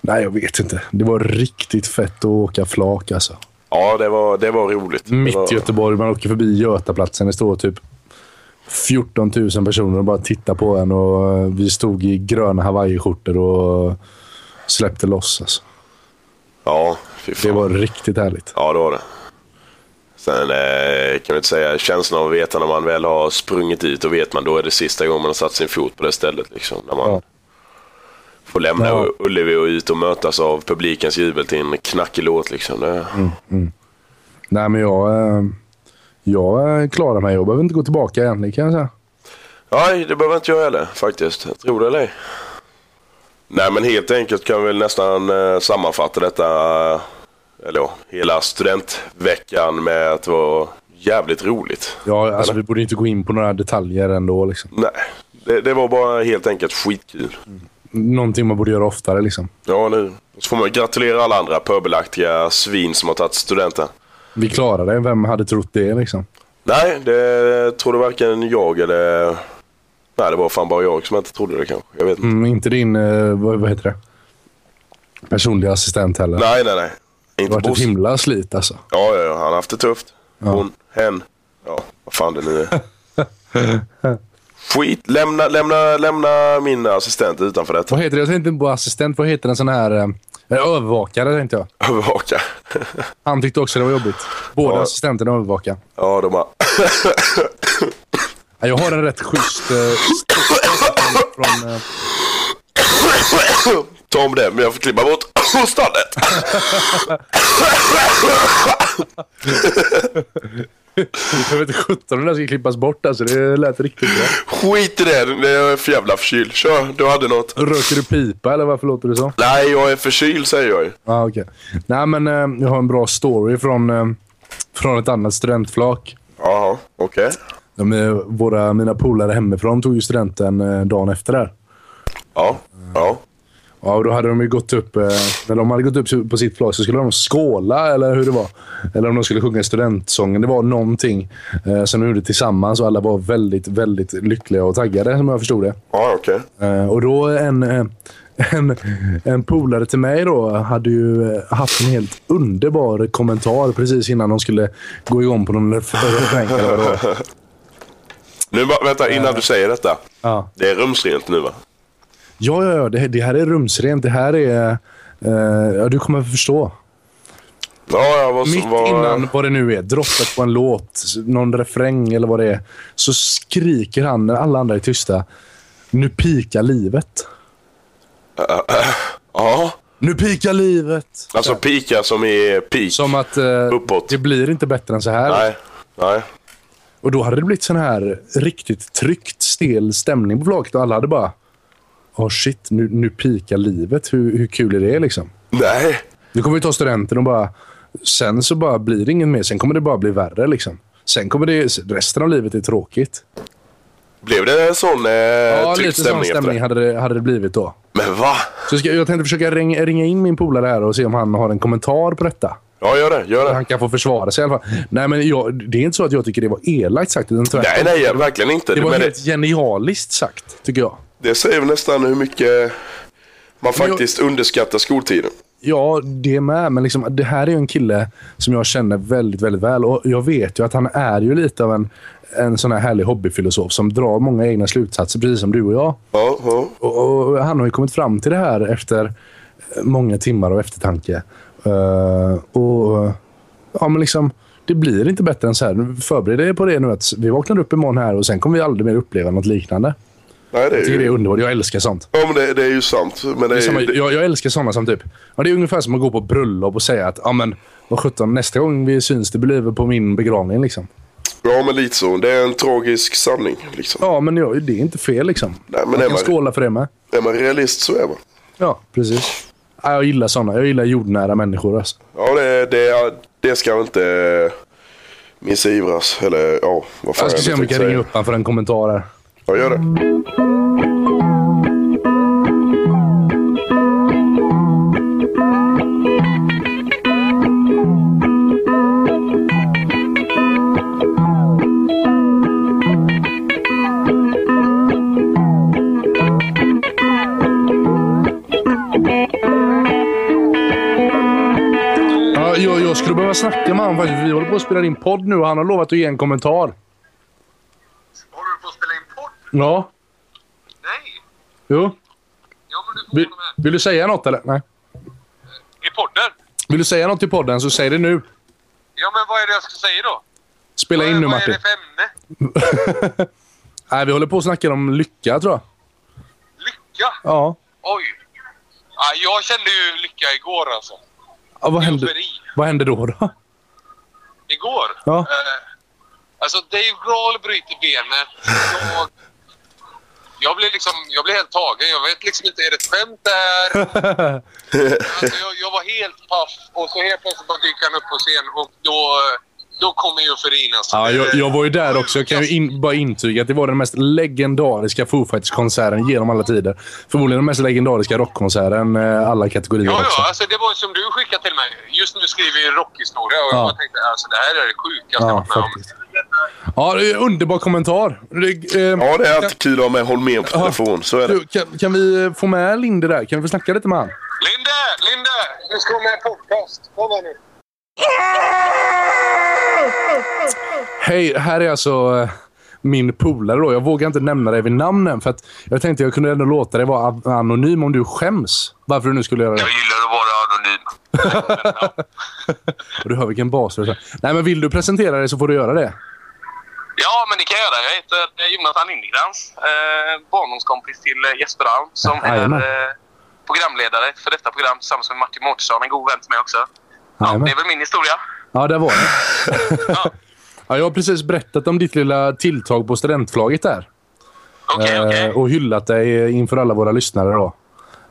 nej, jag vet inte. Det var riktigt fett att åka flak alltså.
Ja, det var, det var roligt. det
Mitt
var...
i Göteborg. Man åker förbi Götaplatsen. Det står typ 14 000 personer och bara tittar på en. Och eh, vi stod i gröna hawaiiskjortor och släppte loss. Alltså.
Ja, fy fan.
Det var riktigt härligt.
Ja, det var det. Sen eh, kan vi inte säga känslan av att veta när man väl har sprungit dit och vet man då är det sista gången man har satt sin fot på det stället. Liksom, när man får lämna
Ja.
Ullevi och ut och mötas av publikens jubel till en knackig låt. Liksom. Det,
Mm, mm. Nej, men jag, eh, jag eh, klarar mig. Jag behöver inte gå tillbaka egentligen kan jag säga.
Nej, det behöver inte jag heller faktiskt. Tror det eller ej. Nej, men helt enkelt kan vi väl nästan eh, sammanfatta detta. eh, Eller ja, hela studentveckan med att det var jävligt roligt.
Ja, alltså, vi borde inte gå in på några detaljer ändå. Liksom.
Nej, det, det var bara helt enkelt skitkul.
Någonting man borde göra oftare. Liksom.
Ja, nu. Så får man gratulera alla andra pöbelaktiga svin som har tagit studenten.
Vi klarade det. Vem hade trott det? Liksom?
Nej, det trodde varken jag eller... Nej, det var fan bara jag som inte trodde det kanske. Jag vet inte.
Mm, inte din eh, vad, vad heter det? personliga assistent heller.
Nej, nej, nej.
det
Inte
har varit ett
Bosse.
himla slit alltså.
Ja, ja, ja, han har haft det tufft.
Ja.
Hon, hen. Ja, vad fan det nu är.
(laughs)
Skit. Lämna, lämna, lämna min assistent utanför detta. (laughs)
Vad heter det? Jag tänkte inte på assistent. Vad heter en sån här eh, övervakare? Tänkte jag.
Övervaka.
Han tyckte också det var jobbigt. Båda
Ja.
assistenterna övervakar.
Ja, de har...
Jag har en rätt schysst... eh, från, eh,
(coughs) Ta om det, men jag får klippa bort (coughs) hostlandet.
jag vet inte sjutton om det där ska klippas bort alltså. Det lät riktigt bra.
Skit i det, det är för jävla förkyld. Kör, du hade något.
Röker du pipa eller varför låter du så?
Nej, jag är förkyld säger jag ju.
Ja, okej. Nej, men eh, jag har en bra story från, eh, från ett annat studentflak.
Jaha, okej.
De, eh, våra, mina polare hemifrån tog ju studenten eh, dagen efter där.
Ja, ja.
Ja, och då hade de ju gått upp... eh, När de hade gått upp på sitt flak så skulle de skåla, eller hur det var. Eller om de skulle sjunga studentsången. Det var någonting eh, som de gjorde tillsammans och alla var väldigt, väldigt lyckliga och taggade, som jag förstod det.
Ja, okej.
Eh, Och då en, eh, (laughs) en, en polare till mig då hade ju eh, haft en helt underbar kommentar precis innan de skulle gå igång på någon refräng. eller vad det var.
Nu bara, vänta, innan du säger detta.
Ja.
Det är rumsrent nu va?
Ja, ja, ja. Det, det här är rumsrent. Det här är... eh, ja, du kommer att förstå.
Ja, jag var...
Mitt innan vad det nu är, droppet på en låt, någon refräng eller vad det är, så skriker han när alla andra är tysta. Nu pikar livet.
Ja.
Nu pikar livet.
Alltså pika som är pik.
Som att eh, det blir inte bättre än så här.
Nej, nej.
Och då hade det blivit sån här riktigt tryckt, stel stämning på flaket och alla hade bara... Åh shit, nu, nu pikar livet. Hur, hur kul är det liksom?
Nej.
Nu kommer vi ta studenten och bara... Sen så bara blir det ingen mer. Sen kommer det bara bli värre liksom. Sen kommer det... Resten av livet är tråkigt.
Blev det en sån eh,
Ja,
tryckt
lite sån
stämning efter
stämning
det?
hade det, hade det blivit då.
Men va?
Så ska, jag tänkte försöka ringa, ringa in min polare här och se om han har en kommentar på detta.
Ja, gör det. Gör det.
Han kan få försvara sig i alla fall. Nej, men jag, det är inte så att jag tycker det var elakt sagt. Utan tvärtom.
Nej, nej, verkligen inte.
Det var
Men
helt genialiskt sagt, tycker jag.
Det säger väl nästan hur mycket man faktiskt underskattar skoltiden.
Ja, det med. Men liksom, det här är ju en kille som jag känner väldigt, väldigt väl. Och jag vet ju att han är ju lite av en, en sån här härlig hobbyfilosof som drar många egna slutsatser, precis som du och jag.
Ja, ja.
Och, och han har ju kommit fram till det här efter många timmar av eftertanke. Eh, och ja, men liksom, Det blir inte bättre än så här. Förbered er på det nu. att Vi vaknar upp imorgon här och sen kommer vi aldrig mer uppleva något liknande.
Nej, det
Jag
är
tycker det är
ju...
underbart. Jag älskar sånt.
Ja, men det, det är ju sant. Men det
Det
är
är samma,
ju... Eh, det-
jag, jag älskar sådana som typ... Ja, det är ungefär som att gå på bröllop och säga att ja, men, vad sjutton, nästa gång vi syns, det blir väl på min begravning. Liksom.
Ja, men lite så. Det är en tragisk sanning. Liksom.
Ja, men jag, det är inte fel. Liksom.
men
man
är
kan
man-
skåla för det med.
Är man realist så är man.
Ja, precis. Ja, jag gillar sådana. Jag gillar jordnära människor. Alltså.
Ja, det, det, det ska inte eh, missivras. Eller ja, vad fan
Jag ska se om vi kan ringa upp han för en kommentar här.
Ja, gör det.
Ja, jag, jag skulle skulle behöva snacka med honom faktiskt. för Vi håller på att spela in podd nu och han har lovat att ge en kommentar. Håller du på att spela in podd? Ja. Nej. Jo. Vill, vill du säga något eller? Nej.
I podden?
Vill du säga något till podden så säg det nu.
Ja, men vad är det jag ska säga då?
Spela in nu Martin.
Vad är det
för ämne? Nej, vi håller på att snacka om lycka tror jag.
Ja.
Ja.
Oj. Ja, jag kände ju lycka igår alltså.
ja vad, hände, vad hände då? då?
Igår?
Ja.
Eh, alltså, Dave Grohl bryter benet. Jag, jag blev liksom... Jag blev helt tagen. Jag vet liksom inte, är det ett skämt där? Alltså, jag, jag var helt paff och så helt plötsligt bara dyker han upp på scen och då... Då kommer euforin alltså.
Ja, jag, jag var ju där också. Jag kan ju in, bara intyga att det var den mest legendariska Foo Fighters-konserten genom alla tider. Förmodligen den mest legendariska rockkonserten eh, alla kategorier
Ja,
också.
ja, alltså det var ju som du skickade till mig. Just nu skriver vi rockhistoria och jag
Ja.
bara tänkte alltså det här är det sjukaste jag
Ja,
varit med om.
faktiskt. Ja, det är en underbar kommentar. Det, eh,
Ja, det är alltid kul att ha med Holmén på telefon. Så är det.
du, kan, kan vi eh, få med Linde där? Kan vi få snacka lite med han?
Linde! Linde! Du ska vara med i podcast. Kom här nu.
Hej, här är alltså eh, min polare då. Jag vågar inte nämna dig vid namnen för att jag tänkte jag kunde ändå låta dig vara a- anonym om du skäms. Varför du nu skulle göra det.
gillar att vara anonym.
(laughs) Och du hör vilken bas det är. Nej, men vill du presentera dig så får du göra det.
Ja, men det kan jag göra. Jag heter eh, Jonathan Lindgrens. Eh, barndomskompis till eh, Jesper Alm som är
Jajamän.
eh, programledare för detta program tillsammans med Martin Mårtensson, en god vän till mig också.
Ja,
Det är väl min historia.
Ja, där var det. (laughs) ja, jag har precis berättat om ditt lilla tilltag på studentflaget där. Eh,
Okay,
Och hyllat dig inför alla våra lyssnare. Då.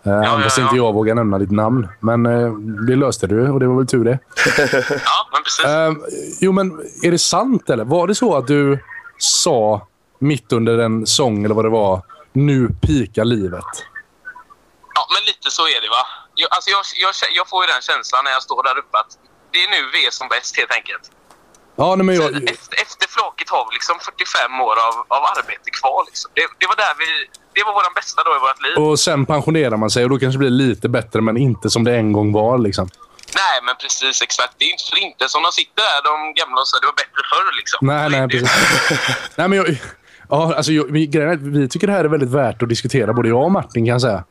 Eh, ja, fast inte jag vågar nämna ditt namn. Men eh, det löste du och det var väl tur (laughs) det. Eh,
ja, men precis.
jo, men är det sant eller? Var det så att du sa mitt under en sång eller vad det var, nu pika livet?
Ja, men lite så är det va. Jag, alltså jag, jag, kä- jag får ju den känslan när jag står där uppe att det är nu vi är som bäst helt enkelt.
Ja, nej, men jag,
Efter flaket har vi liksom 45 år av, av arbete kvar. Liksom. Det, det var där vi... Det var vår bästa dag i vårt liv.
och sen pensionerar man sig och då kanske det blir lite bättre, men inte som det en gång var. Liksom.
Nej, men precis exakt. Det är inte för inte som de sitter där, de gamla, och säger det var bättre förr. Liksom.
Nej,
(laughs)
nej, precis. nej, men jag, ja, alltså, jag, vi, grejen är att vi tycker det här är väldigt värt att diskutera, både jag och Martin kan jag säga.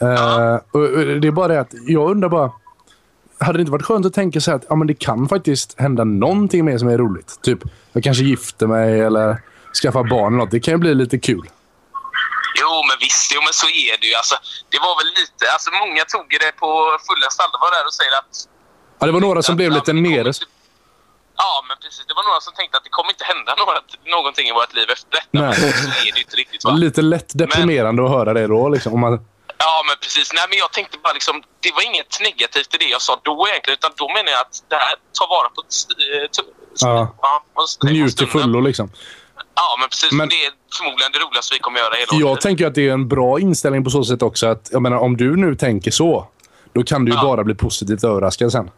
Eh, och, och det är bara det att jag undrar bara. Hade det inte varit skönt att tänka så här att ja, men det kan faktiskt hända någonting mer som är roligt? Typ, jag kanske gifter mig eller skaffar barn eller något. Det kan ju bli lite kul.
Jo, men visst. Jo, men så är det ju. Alltså, det var väl lite... Alltså, många tog ju det på fullaste allvar där och säger att
Ja, det var några som blev lite nere.
ja, men precis. Det var några som tänkte att det kommer inte hända något, någonting i vårt liv efter detta.
Nej.
Men Så är det ju inte riktigt. Va?
Lite lätt deprimerande att höra det då. Liksom, om man,
Ja, men precis. Nej, men jag tänkte bara liksom, det var inget negativt i det jag sa då egentligen. Utan då menar jag att det här tar vara på... eh, t-
ja, njut till fullo liksom.
Ja, men precis.
Men-
Det är förmodligen det roligaste vi kommer göra hela
Jag tänker att det är en bra inställning på så sätt också. att jag menar, Om du nu tänker så, då kan du ju bara bli positivt överraskad sen.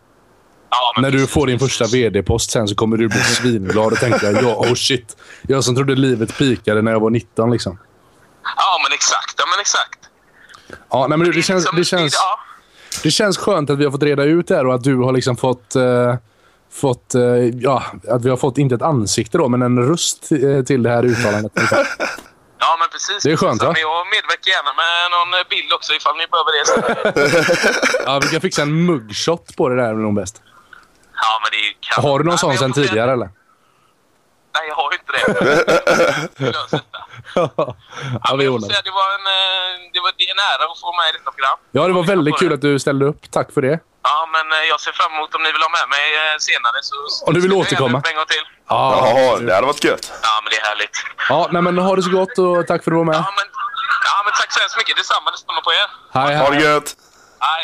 När du får din första vd-post sen så kommer du bli svinglad och tänka ja, oh shit. Jag som trodde livet pikade när jag var 19. Liksom.
Ja, men exakt. Ja, men exakt. liksom
Ja, nej, men det, det, känns, det, känns, det känns skönt att vi har fått reda ut det här och att du har liksom fått... Eh, fått eh, ja, att vi har fått, inte ett ansikte då, men en röst eh, till det här uttalandet.
(laughs) Ja, men precis.
Det är skönt,
Så,
va?
Men jag medverkar gärna med någon eh, bild också ifall ni behöver det.
(laughs) ja, vi kan fixa en mugshot på det där, är nog bäst.
Ja, men det är ju kanon.
Har du någon
Nej,
sån
men jag
sen
får se-
tidigare eller?
Nej, jag har ju
(laughs)
inte det. Vi löser det.
ja, vi ordnar det.
det, var en, eh, det, var, det är en ära att få med i detta program.
Ja, det var väldigt kul att du ställde upp. Tack för det.
Ja, men eh, jag ser fram emot om ni vill ha med mig eh, senare. Så,
Om du vill
så- så-
återkomma.
upp En gång till.
Ja,
Jaha, det hade varit gött.
Ja, men det är härligt.
Ja, nej, men ha det så gott och tack för att du var med.
Ja, men tack så hemskt mycket. Detsamma, detsamma på er.
Hej, hej.
Ha det gött.
Hej.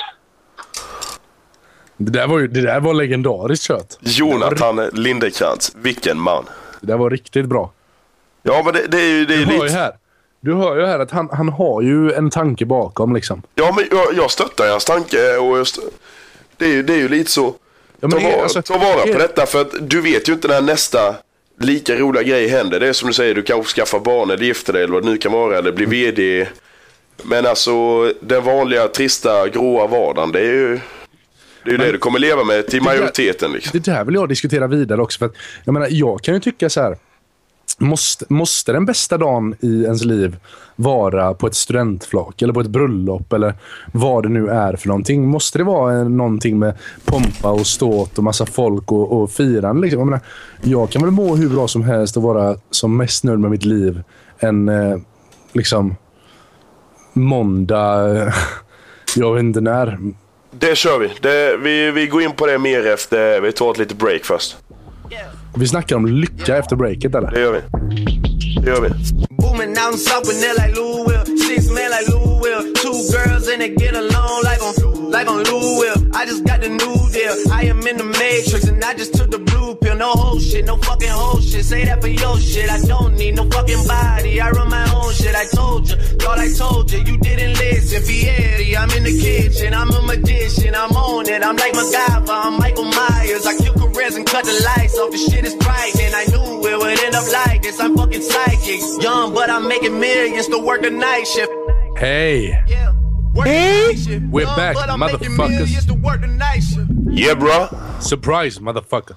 Det där var, ju, det där var legendariskt kött.
Jonathan Lindekrantz, vilken man.
Det där var riktigt bra.
Ja, men det, det är ju... Det är ju
Du hör ju
lite-
här, du hör ju här att han, han har ju en tanke bakom. liksom.
Ja, men jag, jag stöttar hans tanke eh, och jag stö- det, är ju, det är ju lite så.
Ja, men
ta,
det är-
vara,
alltså,
ta vara
det
på
är-
detta för att du vet ju inte när nästa lika roliga grej händer. Det är som du säger, du kanske skaffar barn eller gifter dig eller vad det nu kan vara eller
Mm.
blir VD. Men alltså den vanliga trista gråa vardagen, det är ju... Det är ju det du kommer leva med till majoriteten. Liksom.
Det där vill jag diskutera vidare också. För att, jag, menar, jag kan ju tycka så här. Måste, måste den bästa dagen i ens liv vara på ett studentflak eller på ett bröllop eller vad det nu är för någonting? Måste det vara eh, någonting med pompa och ståt och massa folk och, och firande? Liksom? Jag, menar, jag kan väl må hur bra som helst och vara som mest nöjd med mitt liv en eh, liksom, måndag, (laughs) eh, jag vet inte när.
Det kör vi. Det, vi. Vi går in på det mer efter vi tar ett litet break först.
Vi snackar om lycka efter breaket eller?
Det gör vi. Det gör vi.
Booming down south and they like Lou Will. Six men like Lou Will. Two girls and they get along like on, like on Lou Will. I just got the new deal. I am in the matrix and I just took the blue pill. No whole shit, no fucking whole shit. Say that for your shit. I don't need no fucking body. I run my own shit. I told you, thought I told you. You didn't listen. Fieri, I'm in the kitchen. I'm a magician. I'm on it. I'm like MacGyver. I'm Michael Myers. I kill careers and cut the lights off. The shit is frightening. I knew it would end up like this. I'm fucking psychic. Young, but I'm making millions to work a night shift.
Hey!
Work hey. Night shift.
We're
Young,
back,
but I'm making
motherfuckers.
millions to work the night shift.
Yeah bro.
Surprise motherfucker.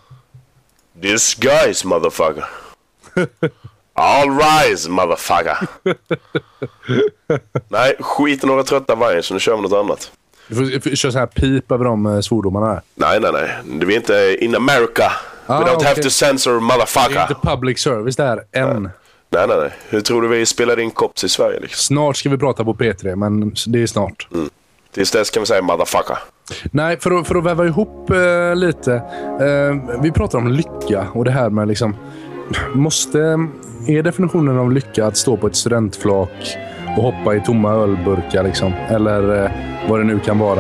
This guy's
(laughs)
motherfucker. All rise motherfucker.
(laughs)
Nej, skit i några trötta vargar så nu kör vi något annat.
Du får, får köra så här pip över de eh, svordomarna här.
Nej, nej, nej. Vi är inte in America.
Ah,
We don't have
okej.
to censor
Det är
motherfucker.
inte public service det här än.
Nej, nej, nej. Hur tror du vi spelar in kops i Sverige liksom?
Snart ska vi prata på P3, men det är snart.
Tills dess kan vi säga motherfucker.
Nej, för att, för att väva ihop eh, lite. Eh, vi pratar om lycka och det här med liksom... Måste... Är definitionen av lycka att stå på ett studentflak och hoppa i tomma ölburkar liksom? Eller eh, vad det nu kan vara.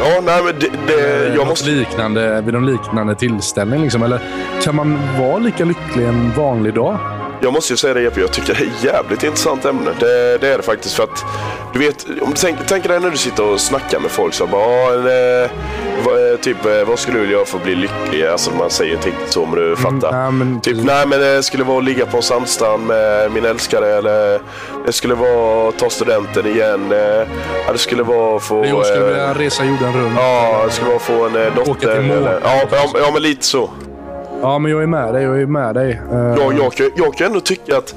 Ja, nej men det...
Eh,
det jag måste...
liknande, vid en liknande tillställning liksom. Eller kan man vara lika lycklig en vanlig dag?
Jag måste ju säga det Jeppe, jag tycker det är ett jävligt intressant ämne. Det, det är det faktiskt för att du vet, om du tänker, tänker dig när du sitter och snackar med folk så bara, "Ja, eh, vad, eh, typ eh, vad skulle du vilja göra för att bli lycklig? Alltså man säger inte riktigt så men
Mm,
du fattar. typ nej men det skulle vara att ligga på en sandstrand med min älskare eller det skulle vara att ta studenten igen. Eh, ja, det skulle vara att få...
Jag skulle
eh,
vilja resa jorden runt.
Ja, det skulle vara att få en eh, dotter.
till Monaco.
eller, ja, ja, ja men lite så.
Ja, men jag är med dig. Jag är med dig. Eh,
Jag, jag, kan- jag kan ändå tycka att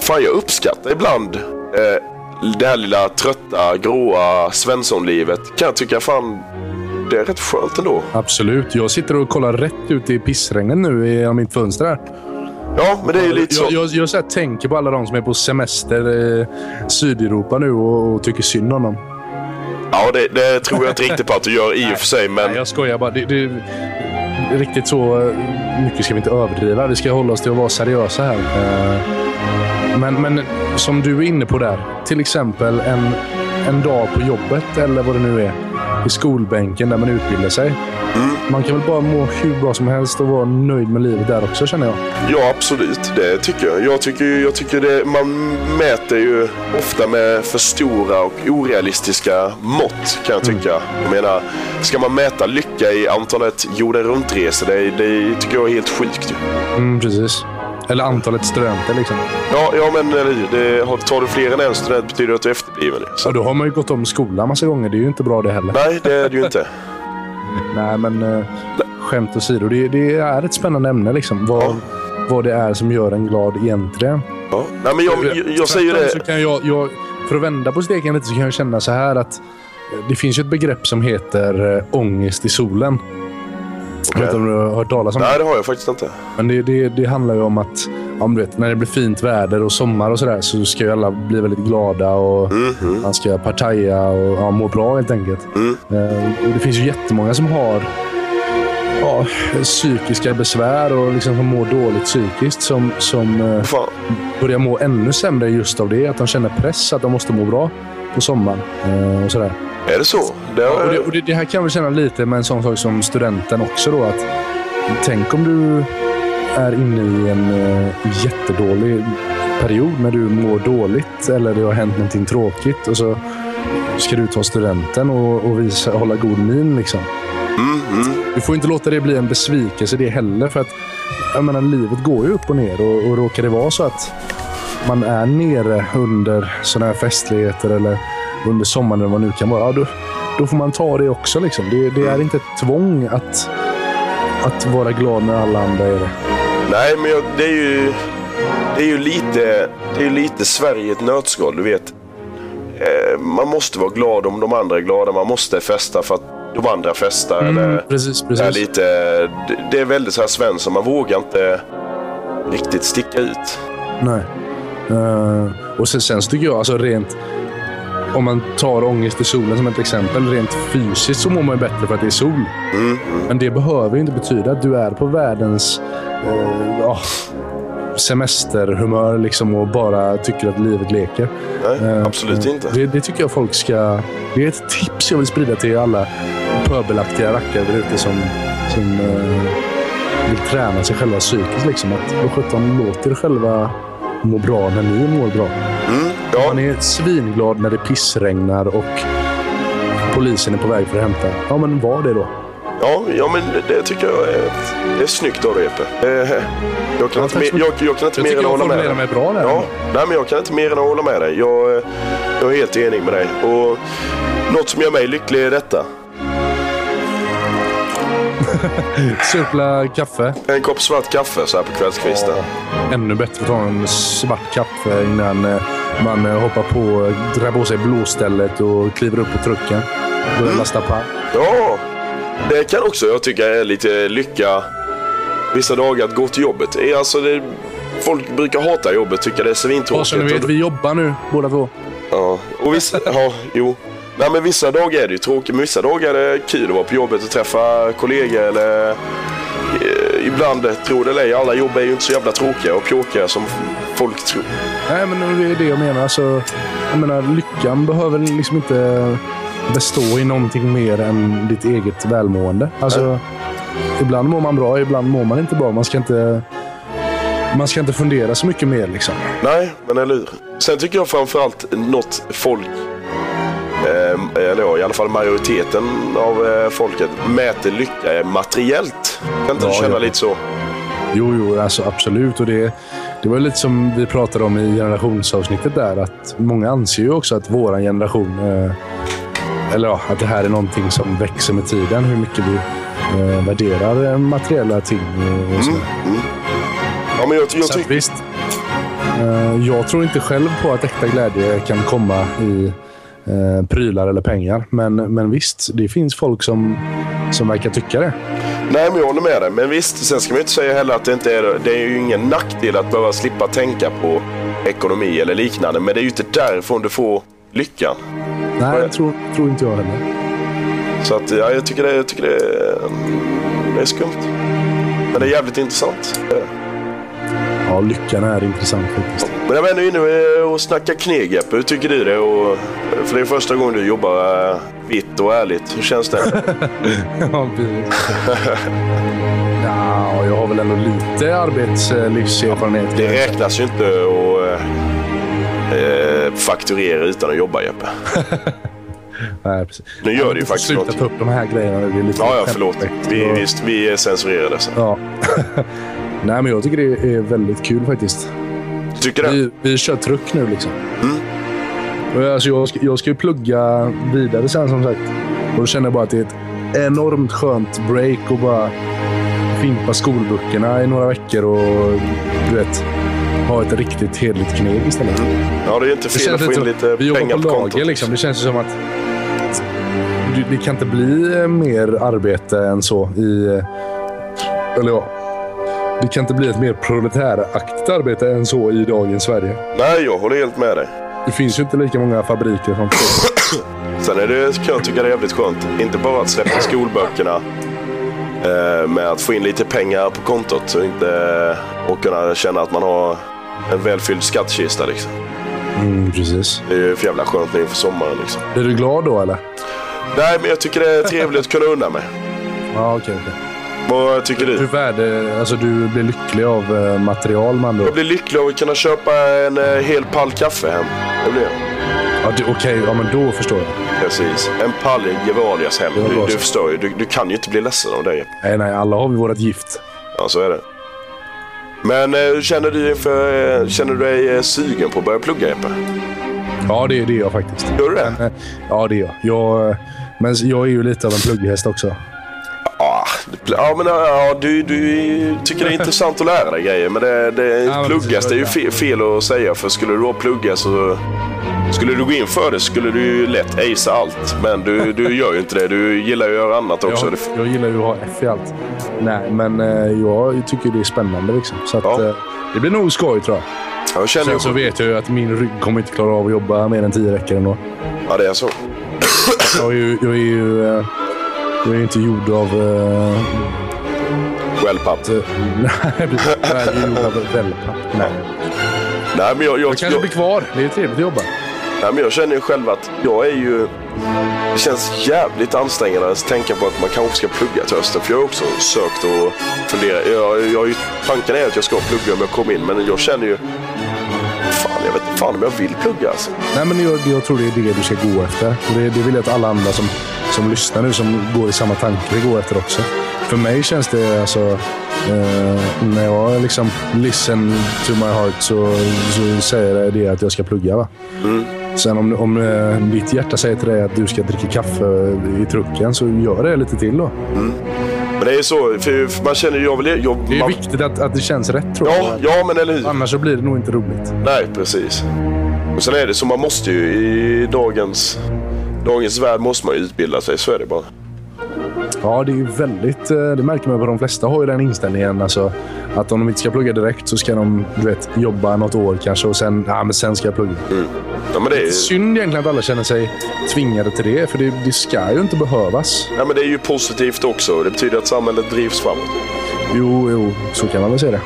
fan, jag uppskattar ibland eh, det här lilla trötta, gråa Svenssonlivet. Kan jag tycka fan, det är rätt skönt ändå.
Absolut. Jag sitter och kollar rätt ut i pissregnen nu genom mitt fönster här.
Ja, men det är ju lite så.
Jag, jag, jag så här tänker på alla de som är på semester i Sydeuropa nu och, och tycker synd om dem.
Ja, det, det tror jag inte riktigt på att du gör i och för sig, men...
Jag skojar bara. Det, det, riktigt så eh, mycket ska vi inte överdriva. Vi ska hålla oss till att vara seriösa här. Eh, Men, men som du är inne på där. Till exempel en, en dag på jobbet eller vad det nu är. I skolbänken där man utbildar sig. Man kan väl bara må hur bra som helst och vara nöjd med livet där också känner jag.
Ja, absolut. Det tycker jag. Jag tycker, ju- jag tycker det, man mäter ju ofta med för stora och orealistiska mått, kan jag tycka. Jag menar, ska man mäta lycka i antalet jorden runt-resor, det, det tycker jag är helt sjukt. ju.
Mm, precis. Eller antalet studenter liksom.
Ja, ja men eller hur? det, har- tar du fler än en student betyder det att du är efterbliven.
Så då har man ju gått om skolan massa gånger. Det är ju inte bra det heller.
Nej, det är det ju inte.
Nej, men eh, skämt åsido. Det, det är ett spännande ämne. Liksom. Vad, vad det är som gör en glad egentligen.
Ja. Nej, men jag, jag, jag säger
Tvärtom
det.
Så kan jag, jag, för att vända på steken lite så kan jag känna så här att eh, det finns ju ett begrepp som heter eh, ångest i solen. Jag vet inte om du har hört talas om
Nej, det har jag faktiskt inte.
men det, det, det handlar ju om att ja, men du vet, när det blir fint väder och sommar och sådär så ska ju alla bli väldigt glada och man ska partaja och ja, må bra helt enkelt. Eh, och det finns ju jättemånga som har ja, psykiska besvär och liksom som mår dåligt psykiskt som, som eh, börjar må ännu sämre just av det. Att de känner press att de måste må bra på sommaren. Eh, och sådär.
Är det så? Det
Ja, och det, och det, det här kan jag väl känna lite med en sån sak som studenten också. Då, att tänk om du är inne i en eh, jättedålig period när du mår dåligt eller det har hänt någonting tråkigt och så ska du ta studenten och, och visa, hålla god min. Liksom. Du får inte låta det bli en besvikelse det heller. för att jag menar, Livet går ju upp och ner och, och råkar det vara så att man är nere under sådana här festligheter eller under sommaren eller vad det nu kan vara. Ja, då, då får man ta det också. Liksom. Det, det är inte ett tvång att, att vara glad när alla andra är det.
Nej, men jag, det är ju... Det är ju lite, det är ju lite Sverige i ett nötskal, du vet. Eh, man måste vara glad om de andra är glada. Man måste festa för att de andra festar. eller,
Mm, precis,
Det, är lite, det, det är väldigt så här Svensson. Man vågar inte riktigt sticka ut.
Nej. Eh, och sen, sen så tycker jag, alltså rent...
Mm.
Om man tar ångest i solen som ett exempel. Rent fysiskt så mår man ju bättre för att det är sol.
Mm.
Men det behöver ju inte betyda att du är på världens eh, ja, semesterhumör liksom och bara tycker att livet leker. Eh,
Nej, absolut inte.
Det, det tycker jag folk ska... Det är ett tips jag vill sprida till alla pöbelaktiga rackare där ute som, som eh, vill träna sig själva psykiskt. Liksom. Att vad sjutton, låt er själva må bra när ni mår bra.
Mm.
Man är svinglad när det pissregnar och polisen är på väg för att hämta. Ja, men var det då.
Ja, ja men det, det tycker jag är, det är snyggt av dig Epe. Eh, Jag kan inte
tack så
mer- jag-
mycket.
jag kan inte
Jag
mer
tycker
än att
jag
hålla med
formulerar mig bra där
Ja,
ändå.
nej, men jag kan inte mer än att hålla med dig. Jag, eh, jag är helt enig med dig. Och något som gör mig lycklig är detta.
Surpla kaffe.
En kopp svart kaffe så här på kvällskvisten.
Ännu bättre att ta en svart kaffe innan eh, man eh, hoppar på, eh, drar på sig blåstället och kliver upp på trucken.
Mm.
Börjar lasta på.
Ja, det kan också jag tycka är lite lycka vissa dagar att gå till jobbet. Eh, Alltså, det, folk brukar hata jobbet, tycka det är
Bara
svintråkigt.
så ni
Och
vet,
då-
vi jobbar nu båda två.
Ja, och vissa, ja, jo. Nej, men vissa dagar är det ju tråkigt, men vissa dagar är det kul att vara på jobbet och träffa kollegor eller eh, ibland, tror det eller ej, alla jobb är ju inte så jävla tråkiga och pjåkiga som folk tror.
Nej, men det är det jag menar. Alltså, jag menar lyckan behöver liksom inte bestå i någonting mer än ditt eget välmående. Alltså, ibland mår man bra, ibland mår man inte bra. Man ska inte, man ska inte fundera så mycket mer. Liksom.
Nej, men eller hur? Sen tycker jag framförallt något folk, eh, eller ja, i alla fall majoriteten av eh, folket, mäter lycka eh, materiellt. Kan inte du
Ja,
känna
ja.
lite så?
Jo, jo, alltså absolut. Och det, det var ju lite som vi pratade om i generationsavsnittet där. Att många anser ju också att våran generation, eh, eller ja, att det här är någonting som växer med tiden. Hur mycket vi eh, värderar eh, materiella ting eh, och så.
Ja, men jag, jag
Så att visst. Eh, jag tror inte själv på att äkta glädje kan komma i eh, prylar eller pengar. Men, men visst, det finns folk som, som verkar tycka det.
Nej, men jag håller med dig. Men visst, sen ska man ju inte säga heller att det inte är... Det är ju ingen nackdel att behöva slippa tänka på ekonomi eller liknande. Men det är ju inte därifrån du får lyckan.
Nej, det tror, tror inte jag heller.
Så att, ja, jag tycker det, jag tycker det, är- det är skumt. Men det är jävligt intressant. Det är det.
Ja, lyckan är intressant
(laughs)
faktiskt.
Men jag var ändå inne och snackade kneg, Jeppe. Hur tycker du det? Och, för det är första gången du jobbar eh, vitt och ärligt. Hur känns det?
ja, precis. Nja, jag har väl ändå lite eh, arbetslivserfarenhet.
Det räknas ju inte att eh, eh, fakturera utan att jobba, Jeppe.
Nej, precis.
Nu gör det ju faktiskt
Sluta
något.
ta upp de här grejerna. Det är lite
Ja, ja, förlåt. Vi, visst, vi censurerar det. sen.
Ja. (laughs) Nej, men jag tycker det är väldigt kul faktiskt.
Tycker det?
Vi, vi kör truck nu liksom.
Mm.
Och jag- Alltså, jag, ska, jag ska ju plugga vidare sen som sagt. Och då känner jag bara att det är ett enormt skönt break och bara fimpa skolböckerna i några veckor och du vet, ha ett riktigt hederligt kneg istället.
Ja, det är inte fel att Mm. få in lite
vi jobbar
pengar på
lager,
kontot.
Liksom. Det känns ju som att det, det kan inte bli eh, mer arbete än så. I, eh, eller ja, det kan inte bli ett mer proletäraktigt arbete än så i dagens Sverige.
Nej, jag håller helt med dig.
Det finns ju inte lika många fabriker som
Sen är det, kan jag tycka det är jävligt skönt. Inte bara att
(clears throat)
släppa skolböckerna. Eh, med att få in lite pengar på kontot. Så inte, eh, och kunna känna att man har en välfylld skattkista. Liksom.
(laughs) mm, Precis.
Det är ju för jävla skönt nu inför sommaren. Liksom.
Är du glad då eller?
Nej, men jag tycker det är trevligt att kunna unna mig.
Ja, okej. okej.
Vad tycker du?
Du, värde, alltså, du blir lycklig av eh, material man då?
Jag blir lycklig av att kunna köpa en eh, hel pall kaffe hem. Det blir jag.
Ja, det- Okej, ja, men då förstår jag.
Precis. En pall Gevalias hem.
var
Du,
bra
du
sagt.
förstår ju. Du, du kan ju inte bli ledsen av det.
Nej, nej, alla har vi vårt gift.
Ja, så är det. Men eh, hur känner du, inför, eh, känner du dig eh, sugen på att börja plugga, Jeppe?
Ja, det, det är jag faktiskt.
Gör du det?
Ja, det är jag. jag eh, Men jag är ju lite av en plugghäst också.
Ja, det- ja men eh, ja, du, du tycker det är intressant att lära dig grejer. Men det, det,
men
pluggas
precis,
det är ju fe, fel att säga. För skulle du då plugga så... Skulle du gå in för det skulle du ju lätt acea allt. Men du, du gör ju inte det. Du gillar ju att göra annat också.
Jag, jag gillar ju att ha F i allt. Nej, men eh, jag tycker det är spännande liksom. Så att, eh, det blir nog skoj tror jag.
jag känner
Sen
ju-
så vet jag ju att min rygg kommer inte klara av att jobba mer än tio veckor ändå.
Ja, det är så.
Jag är ju, jag är ju, eh, jag är ju inte gjord av... eh,
Wellpapp.
Nej, precis. jag är ju gjord av wellpapp. Nej.
Nej, men jag, jag,
kanske blir kvar. Det är trevligt att jobba.
Nej, men jag känner ju själv att jag är ju... Det känns jävligt ansträngande att tänka på att man kanske ska plugga till hösten. För jag har också sökt och funderat. Jag, jag, har ju- tanken är att jag ska plugga om jag kommer in. Men jag känner ju... Fan, jag vet inte fan om jag vill plugga alltså.
Nej, men jag, jag tror det är det du ska gå efter. Och det, det vill jag att alla andra som, som lyssnar nu, som går i samma tankar, går efter också. För mig känns det alltså... Eh, när jag liksom listen to my heart så, så säger det att jag ska plugga. Va? Sen om, om eh, ditt hjärta säger till dig att du ska dricka kaffe i trucken så gör det lite till då.
Men det är ju så. För, för man känner ju... Jag vill, jag,
Det är
man,
viktigt att, att det känns rätt tror
ja,
jag.
ja, men eller hur?
Annars så blir det nog inte roligt.
Nej, precis. Och sen är det så. Man måste ju i dagens... Dagens värld måste man ju utbilda sig. Så är det bara.
Ja, det är ju väldigt... eh, Det märker man på de flesta har ju den inställningen. Alltså, att om de inte ska plugga direkt så ska de du vet, jobba något år kanske och sen, ja, men sen ska jag plugga.
Ja, men det är ju...
Synd egentligen att alla känner sig tvingade till det, för det, det ska ju inte behövas.
Ja, men det är ju positivt också. Det betyder att samhället drivs framåt.
Jo, jo, så kan man väl se det.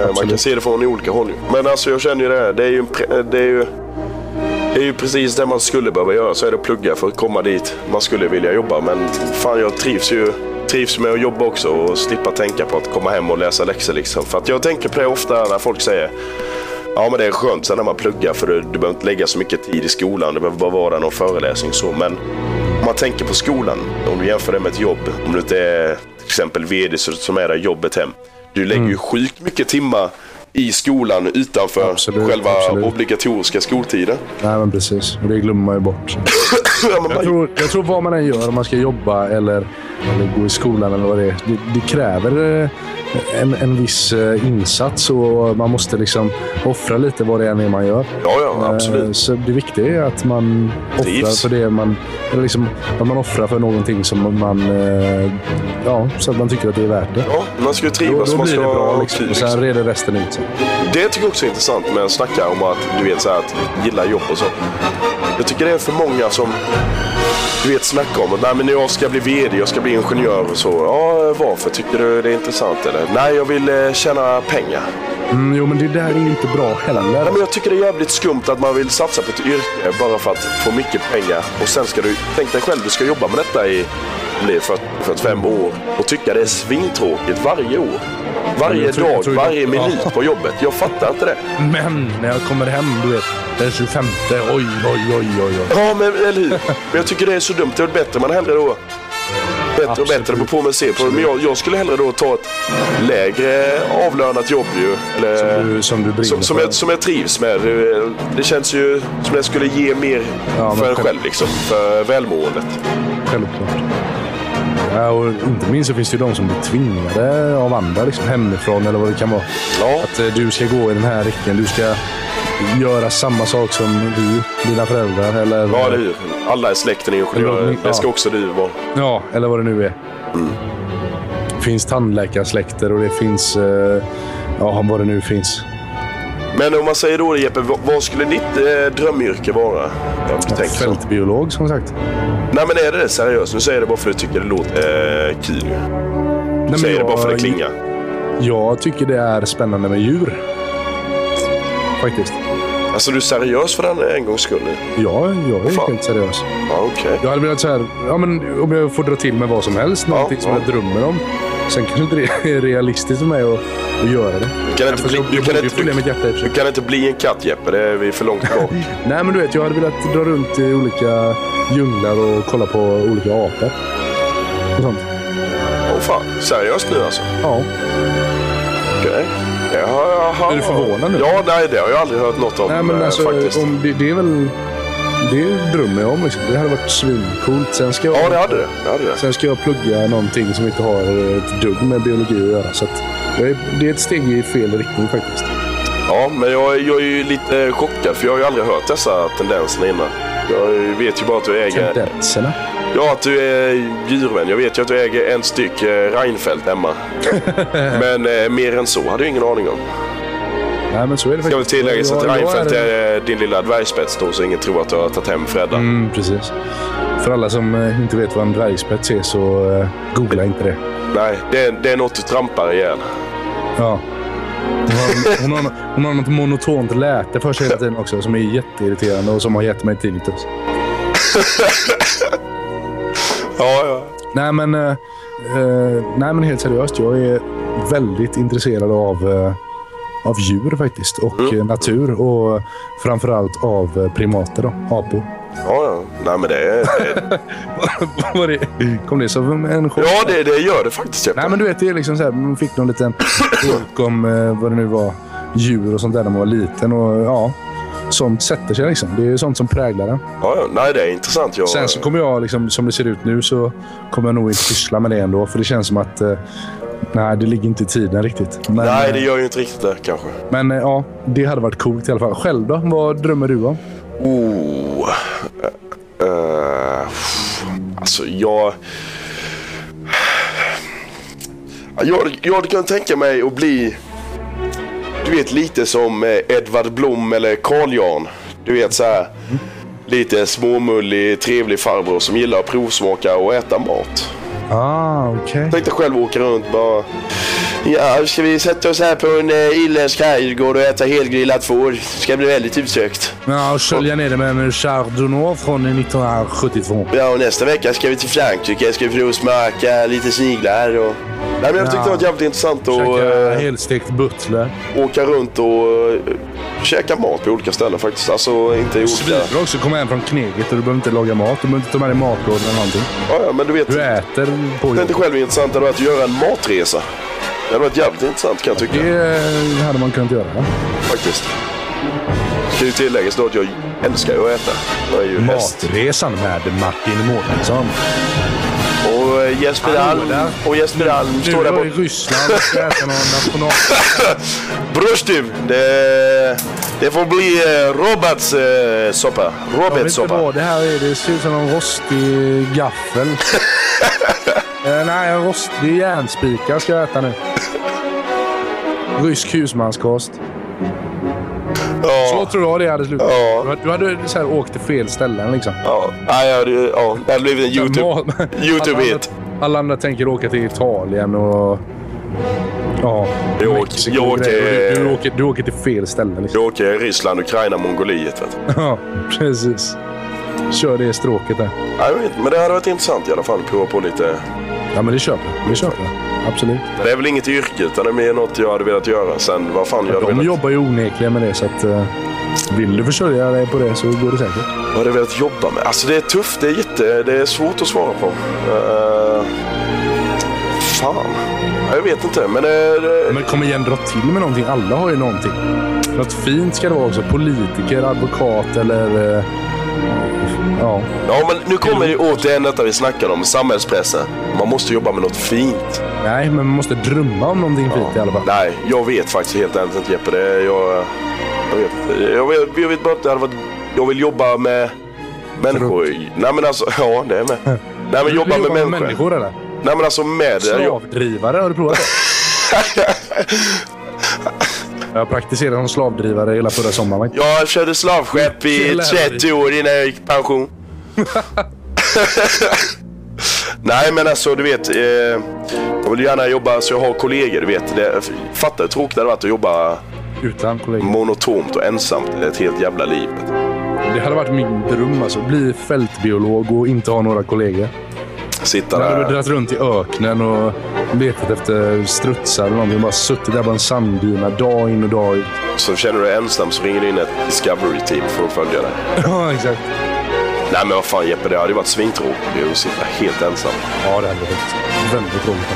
Eh, Man kan se det från olika håll. ju. Men alltså jag känner ju det här. Det är ju, en pre- eh, det är ju, det är ju precis det man skulle behöva göra. Så är det att plugga för att komma dit man skulle vilja jobba. Men fan jag trivs ju trivs med att jobba också och slippa tänka på att komma hem och läsa läxor. Liksom. För att jag tänker på det ofta när folk säger Ja men det är skönt sen när man pluggar för du, du behöver inte lägga så mycket tid i skolan. Det behöver bara vara någon föreläsning så. Men om man tänker på skolan, om du jämför det med ett jobb. Om du inte är till exempel VD så- som är där jobbet hem. Du lägger
Mm.
ju sjukt mycket timmar i skolan utanför själva obligatoriska skoltiden.
Nej, men precis. Och Det glömmer man
(laughs)
ju bort. jag, tror, jag tror vad man än gör, om man ska jobba eller, eller gå i skolan eller vad det är. Det, det kräver eh, en, en viss eh, insats och man måste liksom offra lite vad det än är man gör.
Ja, ja, absolut.
Eh, Så det viktiga är att man
Trivs.
offrar för det man... Eller liksom, att man offrar för någonting som man... eh, Ja, så att man tycker att det är värt det.
Ja, man ska ju
Då,
trivas,
då
man
blir
ska
det bra
ha
liksom.
kul.
Och sen reder resten ut sig.
Det tycker jag också är intressant med att snacka om att du vet så här, att gilla jobb och så. Jag tycker det är för många som du vet snackar om att nej men jag ska bli VD, jag ska bli ingenjör och så. Ja, varför? Tycker du det är intressant eller? Nej, jag vill eh, tjäna pengar.
Mm, jo, men det där är ju inte bra heller.
Nej, men jag tycker det är jävligt skumt att man vill satsa på ett yrke bara för att få mycket pengar och sen ska du, tänk dig själv, du ska jobba med detta i om det är 40, 45 år och tycka det är svintråkigt varje år.
Men
Varje
jag tror- jag
dag,
tror-
varje
ja.
minut på jobbet. Jag fattar inte det.
Men när jag kommer hem, du vet, den 25. Oj, oj, oj, oj, oj.
Ja, men eller hur? Men jag tycker det är så dumt. Det är väl bättre man hellre då... Bättre och bättre på på med se på det. Men jag, jag skulle hellre då ta ett lägre avlönat jobb ju. Eller, som
du, som du brinner
Eh, som,
för.
jag, som jag trivs med. Det, det känns ju som det skulle ge mer för en själv liksom. För välmåendet.
Självklart. Ja, och inte minst så finns det ju de som blir tvingade av andra liksom hemifrån eller vad det kan vara. Att eh, du ska gå i den här riktningen. Du ska göra samma sak som du, dina föräldrar eller,
Ja, eller hur? Alla i släkten är ingenjörer.
Ja.
Det ska också du vara.
ja, eller vad det nu är.
Mm.
Det finns tandläkarsläkter och det finns... Eh, ja, vad det nu finns.
Men om man säger då Jeppe, vad, vad skulle ditt eh, drömyrke vara? Om du tänker så.
Fältbiolog som sagt.
Nej men är det det? Seriöst? Nu säger jag det bara för att du tycker det låter eh, kul. ju. Du
men
säger det bara för att det
jag-
klingar.
Jag tycker det är spännande med djur. Faktiskt.
Alltså du är seriös för den en gångs skull nu?
Ja, jag är helt seriös.
Ja, okej.
Jag hade velat så här, ja, men om jag får dra till med vad som helst, någonting som jag drömmer om. Sen kanske inte det är (laughs) realistiskt för mig att, att göra det.
Du kan, inte bli, du, kan inte,
du,
du kan inte bli en katt Jeppe, det är vi för långt (laughs) bort.
Nej, men du vet, jag hade velat dra runt i olika djunglar och kolla på olika apor. Och sånt.
Åh fan, seriöst nu alltså?
Ja.
Okej. Jaha, jaha. Är du
förvånad nu?
Ja, nej det har jag aldrig hört något om
Nej, men
eh,
alltså,
faktiskt.
om det, det är väl det drömmer jag om. Liksom. Det hade varit svincoolt. Sen ska jag,
Ja, det hade det. det, hade det.
Sen ska jag plugga någonting som inte har ett dugg med biologi att göra. Så att jag är, det är ett steg i fel riktning faktiskt.
Ja, men jag, jag är ju lite chockad för jag har ju aldrig hört dessa tendenserna innan. Jag vet ju bara att du äger...
Tendenserna?
Ja, att du är djurvän. Jag vet ju att du äger en styck eh, Reinfeldt (laughs) hemma. men eh, mer än så hade jag ingen aning om.
Nej, men så är det
Ska väl
faktiskt.
tilläggas
Jag-
att
jag
Reinfeldt är eh, din lilla dvärgspets då, så ingen tror att du har tagit hem Fredda.
Mm, precis. För alla som eh, inte vet vad en dvärgspets är så eh, googla inte det.
Nej, det är, det är något du trampar ihjäl.
Ja. Hon har, hon, har, hon har något monotont läte för sig hela tiden också som är jätteirriterande och som har gett mig tinnitus.
ja, ja.
Nej men, eh, eh, nej, men helt seriöst. Jag är väldigt intresserad av, eh, av djur faktiskt. Och eh, natur. Och framförallt av eh, primater. Då, apor.
Ja, ja. Nej, men det är... Det...
Var det, kom det som en chock?
(laughs) ja, det, det gör det faktiskt. Jeppe.
Nej, men du vet, det är liksom så här, man fick någon liten bok om eh, vad det nu var, djur och sånt där när man var liten. Och, ja, sånt sätter sig liksom. Det är ju sånt som präglar en.
Ja, ja. Nej, det är intressant. Jag...
Sen så kommer jag, liksom, som det ser ut nu, så kommer jag nog inte syssla med det ändå. För det känns som att eh, nej, det ligger inte i tiden riktigt. Men,
Nej,
eh,
det gör ju inte riktigt det kanske.
men eh, ja, det hade varit coolt i alla fall. Själv då? Vad drömmer du om?
Oh. Eh, pff. alltså jag... jag... Jag kan tänka mig att bli... Du vet lite som eh, Edvard Blom eller Carl Jan. Du vet så här. Lite småmullig, trevlig farbror som gillar att provsmaka och äta mat.
Ah, okej.
Tänkte själv åka runt bara. Ja, ska vi sätta oss här på en eh, irländsk herrgård och äta helgrillat får? Ska bli väldigt utsökt.
Ja, och skölja ner det med en chardonnay från 1972.
Ja, och nästa vecka ska vi till Frankrike. Ska vi provsmaka lite sniglar och... Nej, men jag tyckte det var jävligt intressant att
Käka
eh,
helstekt butler.
åka runt och eh, käka mat på olika ställen faktiskt. Alltså inte i olika...
Svinbra också att komma hem från kneget och du behöver inte laga mat. Du behöver inte ta med dig matlådor eller någonting.
Ja, ja, men du vet...
Du äter på
Det är inte själv hur intressant det hade varit att göra en matresa. Det hade varit jävligt intressant kan jag tycka.
Det hade man kunnat göra.
Faktiskt. Ska ju tilläggas då att jag älskar ju att äta. Jag är ju häst.
Matresan med Martin Mårtensson.
Och eh, Jesper Alm, och Jesper Alm
Nu
står där
var i
borta.
Ryssland ska äta
(laughs)
någon national...
Bröstiv, det, det får bli eh, Roberts eh, soppa.
Jag vet
Roberts
inte
soppa.
vad det här är. Det ser ut som en rostig
(laughs)
gaffel. eh, nej, en rostig järnspikar ska jag äta nu. Rysk husmanskost. Så tror jag det hade slutat. Du hade- Du hade så här, åkt till fel ställen liksom.
Ja, nej, ja, det, ja, det hade blivit en (laughs) YouTube, YouTube-hit.
Alla, andra- alla andra tänker åka till Italien och... Ja.
Jag åker-
Mexiko
jag
och grejer.
åker-
Du, du, åker, du åker till fel ställe. Liksom.
Jag åker Ryssland, Ukraina, Mongoliet. Vet du.
(laughs) Ja, precis. Kör det stråket där.
Nej, jag vet, inte, men det hade varit intressant i alla fall. Prova på lite.
Ja, men det köper jag. Det köper jag. Absolut.
Det är väl inget yrke, utan det är mer något jag hade velat göra. Sen vad fan jag hade
De
velat...
jobbar ju onekligen med det, så att... eh, Vill du försörja dig på det så går det säkert.
Vad hade jag velat jobba med? Alltså det är tufft. Det är, jätte, det är svårt att svara på. Eh, fan. Ja, Jag vet inte, men... eh, det-
Men kom igen, dra till med någonting. Alla har ju någonting. Något fint ska det vara också. Politiker, advokat eller... eh, Ja.
Ja, men nu kommer det återigen detta vi snackade om, samhällspressen. Man måste jobba med något fint.
Nej, men man måste drömma om någonting fint i alla fall.
Nej, jag vet faktiskt helt ärligt inte Jeppe. Det är, jag, jag, vet, inte. jag, vet, jag vet bara att det hade varit... Jag vill jobba med människor. Nej men alltså, (laughs) ja det är med. Nej men
Du
jobba med
jobbar
människor.
med människor, eller?
Nej men alltså med... Jag,
Slavdrivare, har du provat (laughs) det? jag praktiserade som slavdrivare hela förra sommaren.
jag körde slavskepp i
Killar.
30 år innan jag gick i pension. Nej men alltså du vet. Eh, jag vill gärna jobba så jag har kollegor. Du vet. Det, fattar hur tråkigt det hade varit att jobba
Utan kollegor.
monotont och ensamt ett helt jävla liv.
Det hade varit min dröm alltså. Bli fältbiolog och inte ha några kollegor.
Sitta
Jag hade
där.
dragit runt i öknen och letat efter strutsar eller någonting. Bara suttit där på en sanddyna dag in och
(laughs)
dag ut.
Så känner du dig ensam så ringer du in ett Discovery-team för att följa dig.
ja, exakt.
Nej men vad fan Jeppe, det hade ju varit svintråkigt att sitta helt ensam.
Ja, det hade varit väldigt roligt.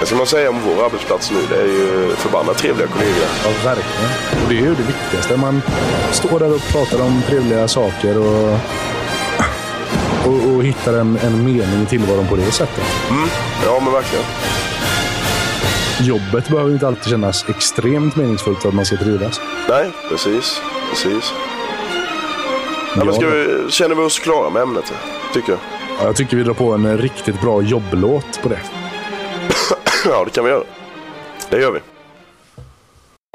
Det ska man säga om vår arbetsplats nu. Det är ju förbannat trevliga kollegor.
Ja, verkligen. Och det är ju det viktigaste. Man står där och pratar om trevliga saker och, och, och hittar en, en mening i tillvaron på det sättet.
Mm. Ja, men verkligen.
Jobbet behöver ju inte alltid kännas extremt meningsfullt för att man ska trivas.
Nej, precis. Precis. Ja, men ska vi, känner vi oss klara med ämnet? Tycker jag.
Ja, jag tycker vi drar på en riktigt bra jobblåt på det.
ja, det kan vi göra. Det gör vi.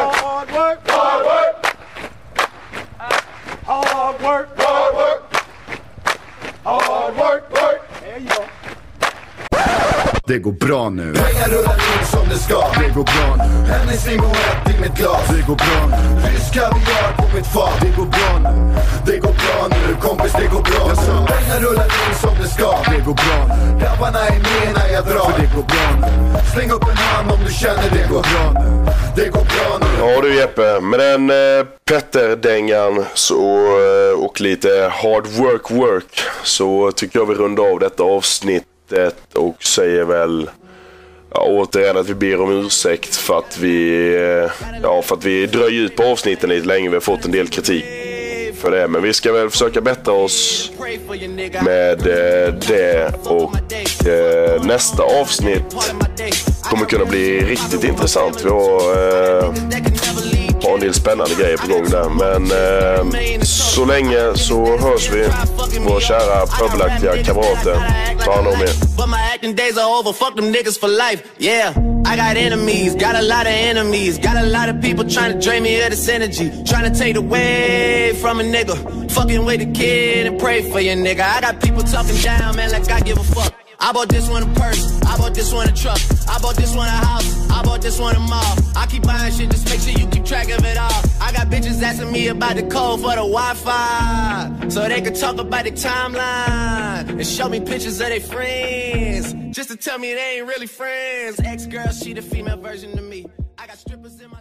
Hard work, hard work. Hard work, hard work. Hard work, work. There you go.
Det går bra nu.
Pengar rullar in som det ska.
Det går bra nu.
Hennessy Moët i mitt glas.
Det går bra nu.
Rysk kaviar på mitt fat.
Det går bra nu.
Det går bra nu kompis, det går bra
Jag sa-
nu. Pengar rullar in som det ska.
Det går bra nu.
Grabbarna är med när jag drar.
För det går bra nu.
Släng upp en hand om du känner det. går bra nu. Det går bra nu.
Ja du Jeppe, med den eh, Petter-dängan så, eh, och lite hard work work så tycker jag vi rundar av detta avsnittet och säger väl ja, återigen att vi ber om ursäkt för att vi, eh, ja, för att vi dröjer ut på avsnitten lite länge. Vi har fått en del kritik för det men vi ska väl försöka bättra oss med eh, det och eh, nästa avsnitt kommer kunna bli riktigt intressant. Vi har, eh, har en del spännande grejer på gång där. Men eh, så länge så hörs vi, våra kära pöbelaktiga kamrater. Ta hand om er.
But my acting days are over. Fuck them niggas for life. Yeah, I got enemies, got a lot of enemies, got a lot of people trying to drain me of this energy, trying to take it away from a nigga. Fucking with a kid and pray for your nigga. I got people talking down, man, like I give a fuck. I bought this one a purse, I bought this one a truck, I bought this one a house, I bought this one a mall. I keep buying shit, just make sure you keep track of it all. I got bitches asking me about the code for the Wi-Fi, so they could talk about the timeline and show me pictures of their friends, just to tell me they ain't really friends. Ex girl, she the female version of me. I got strippers in my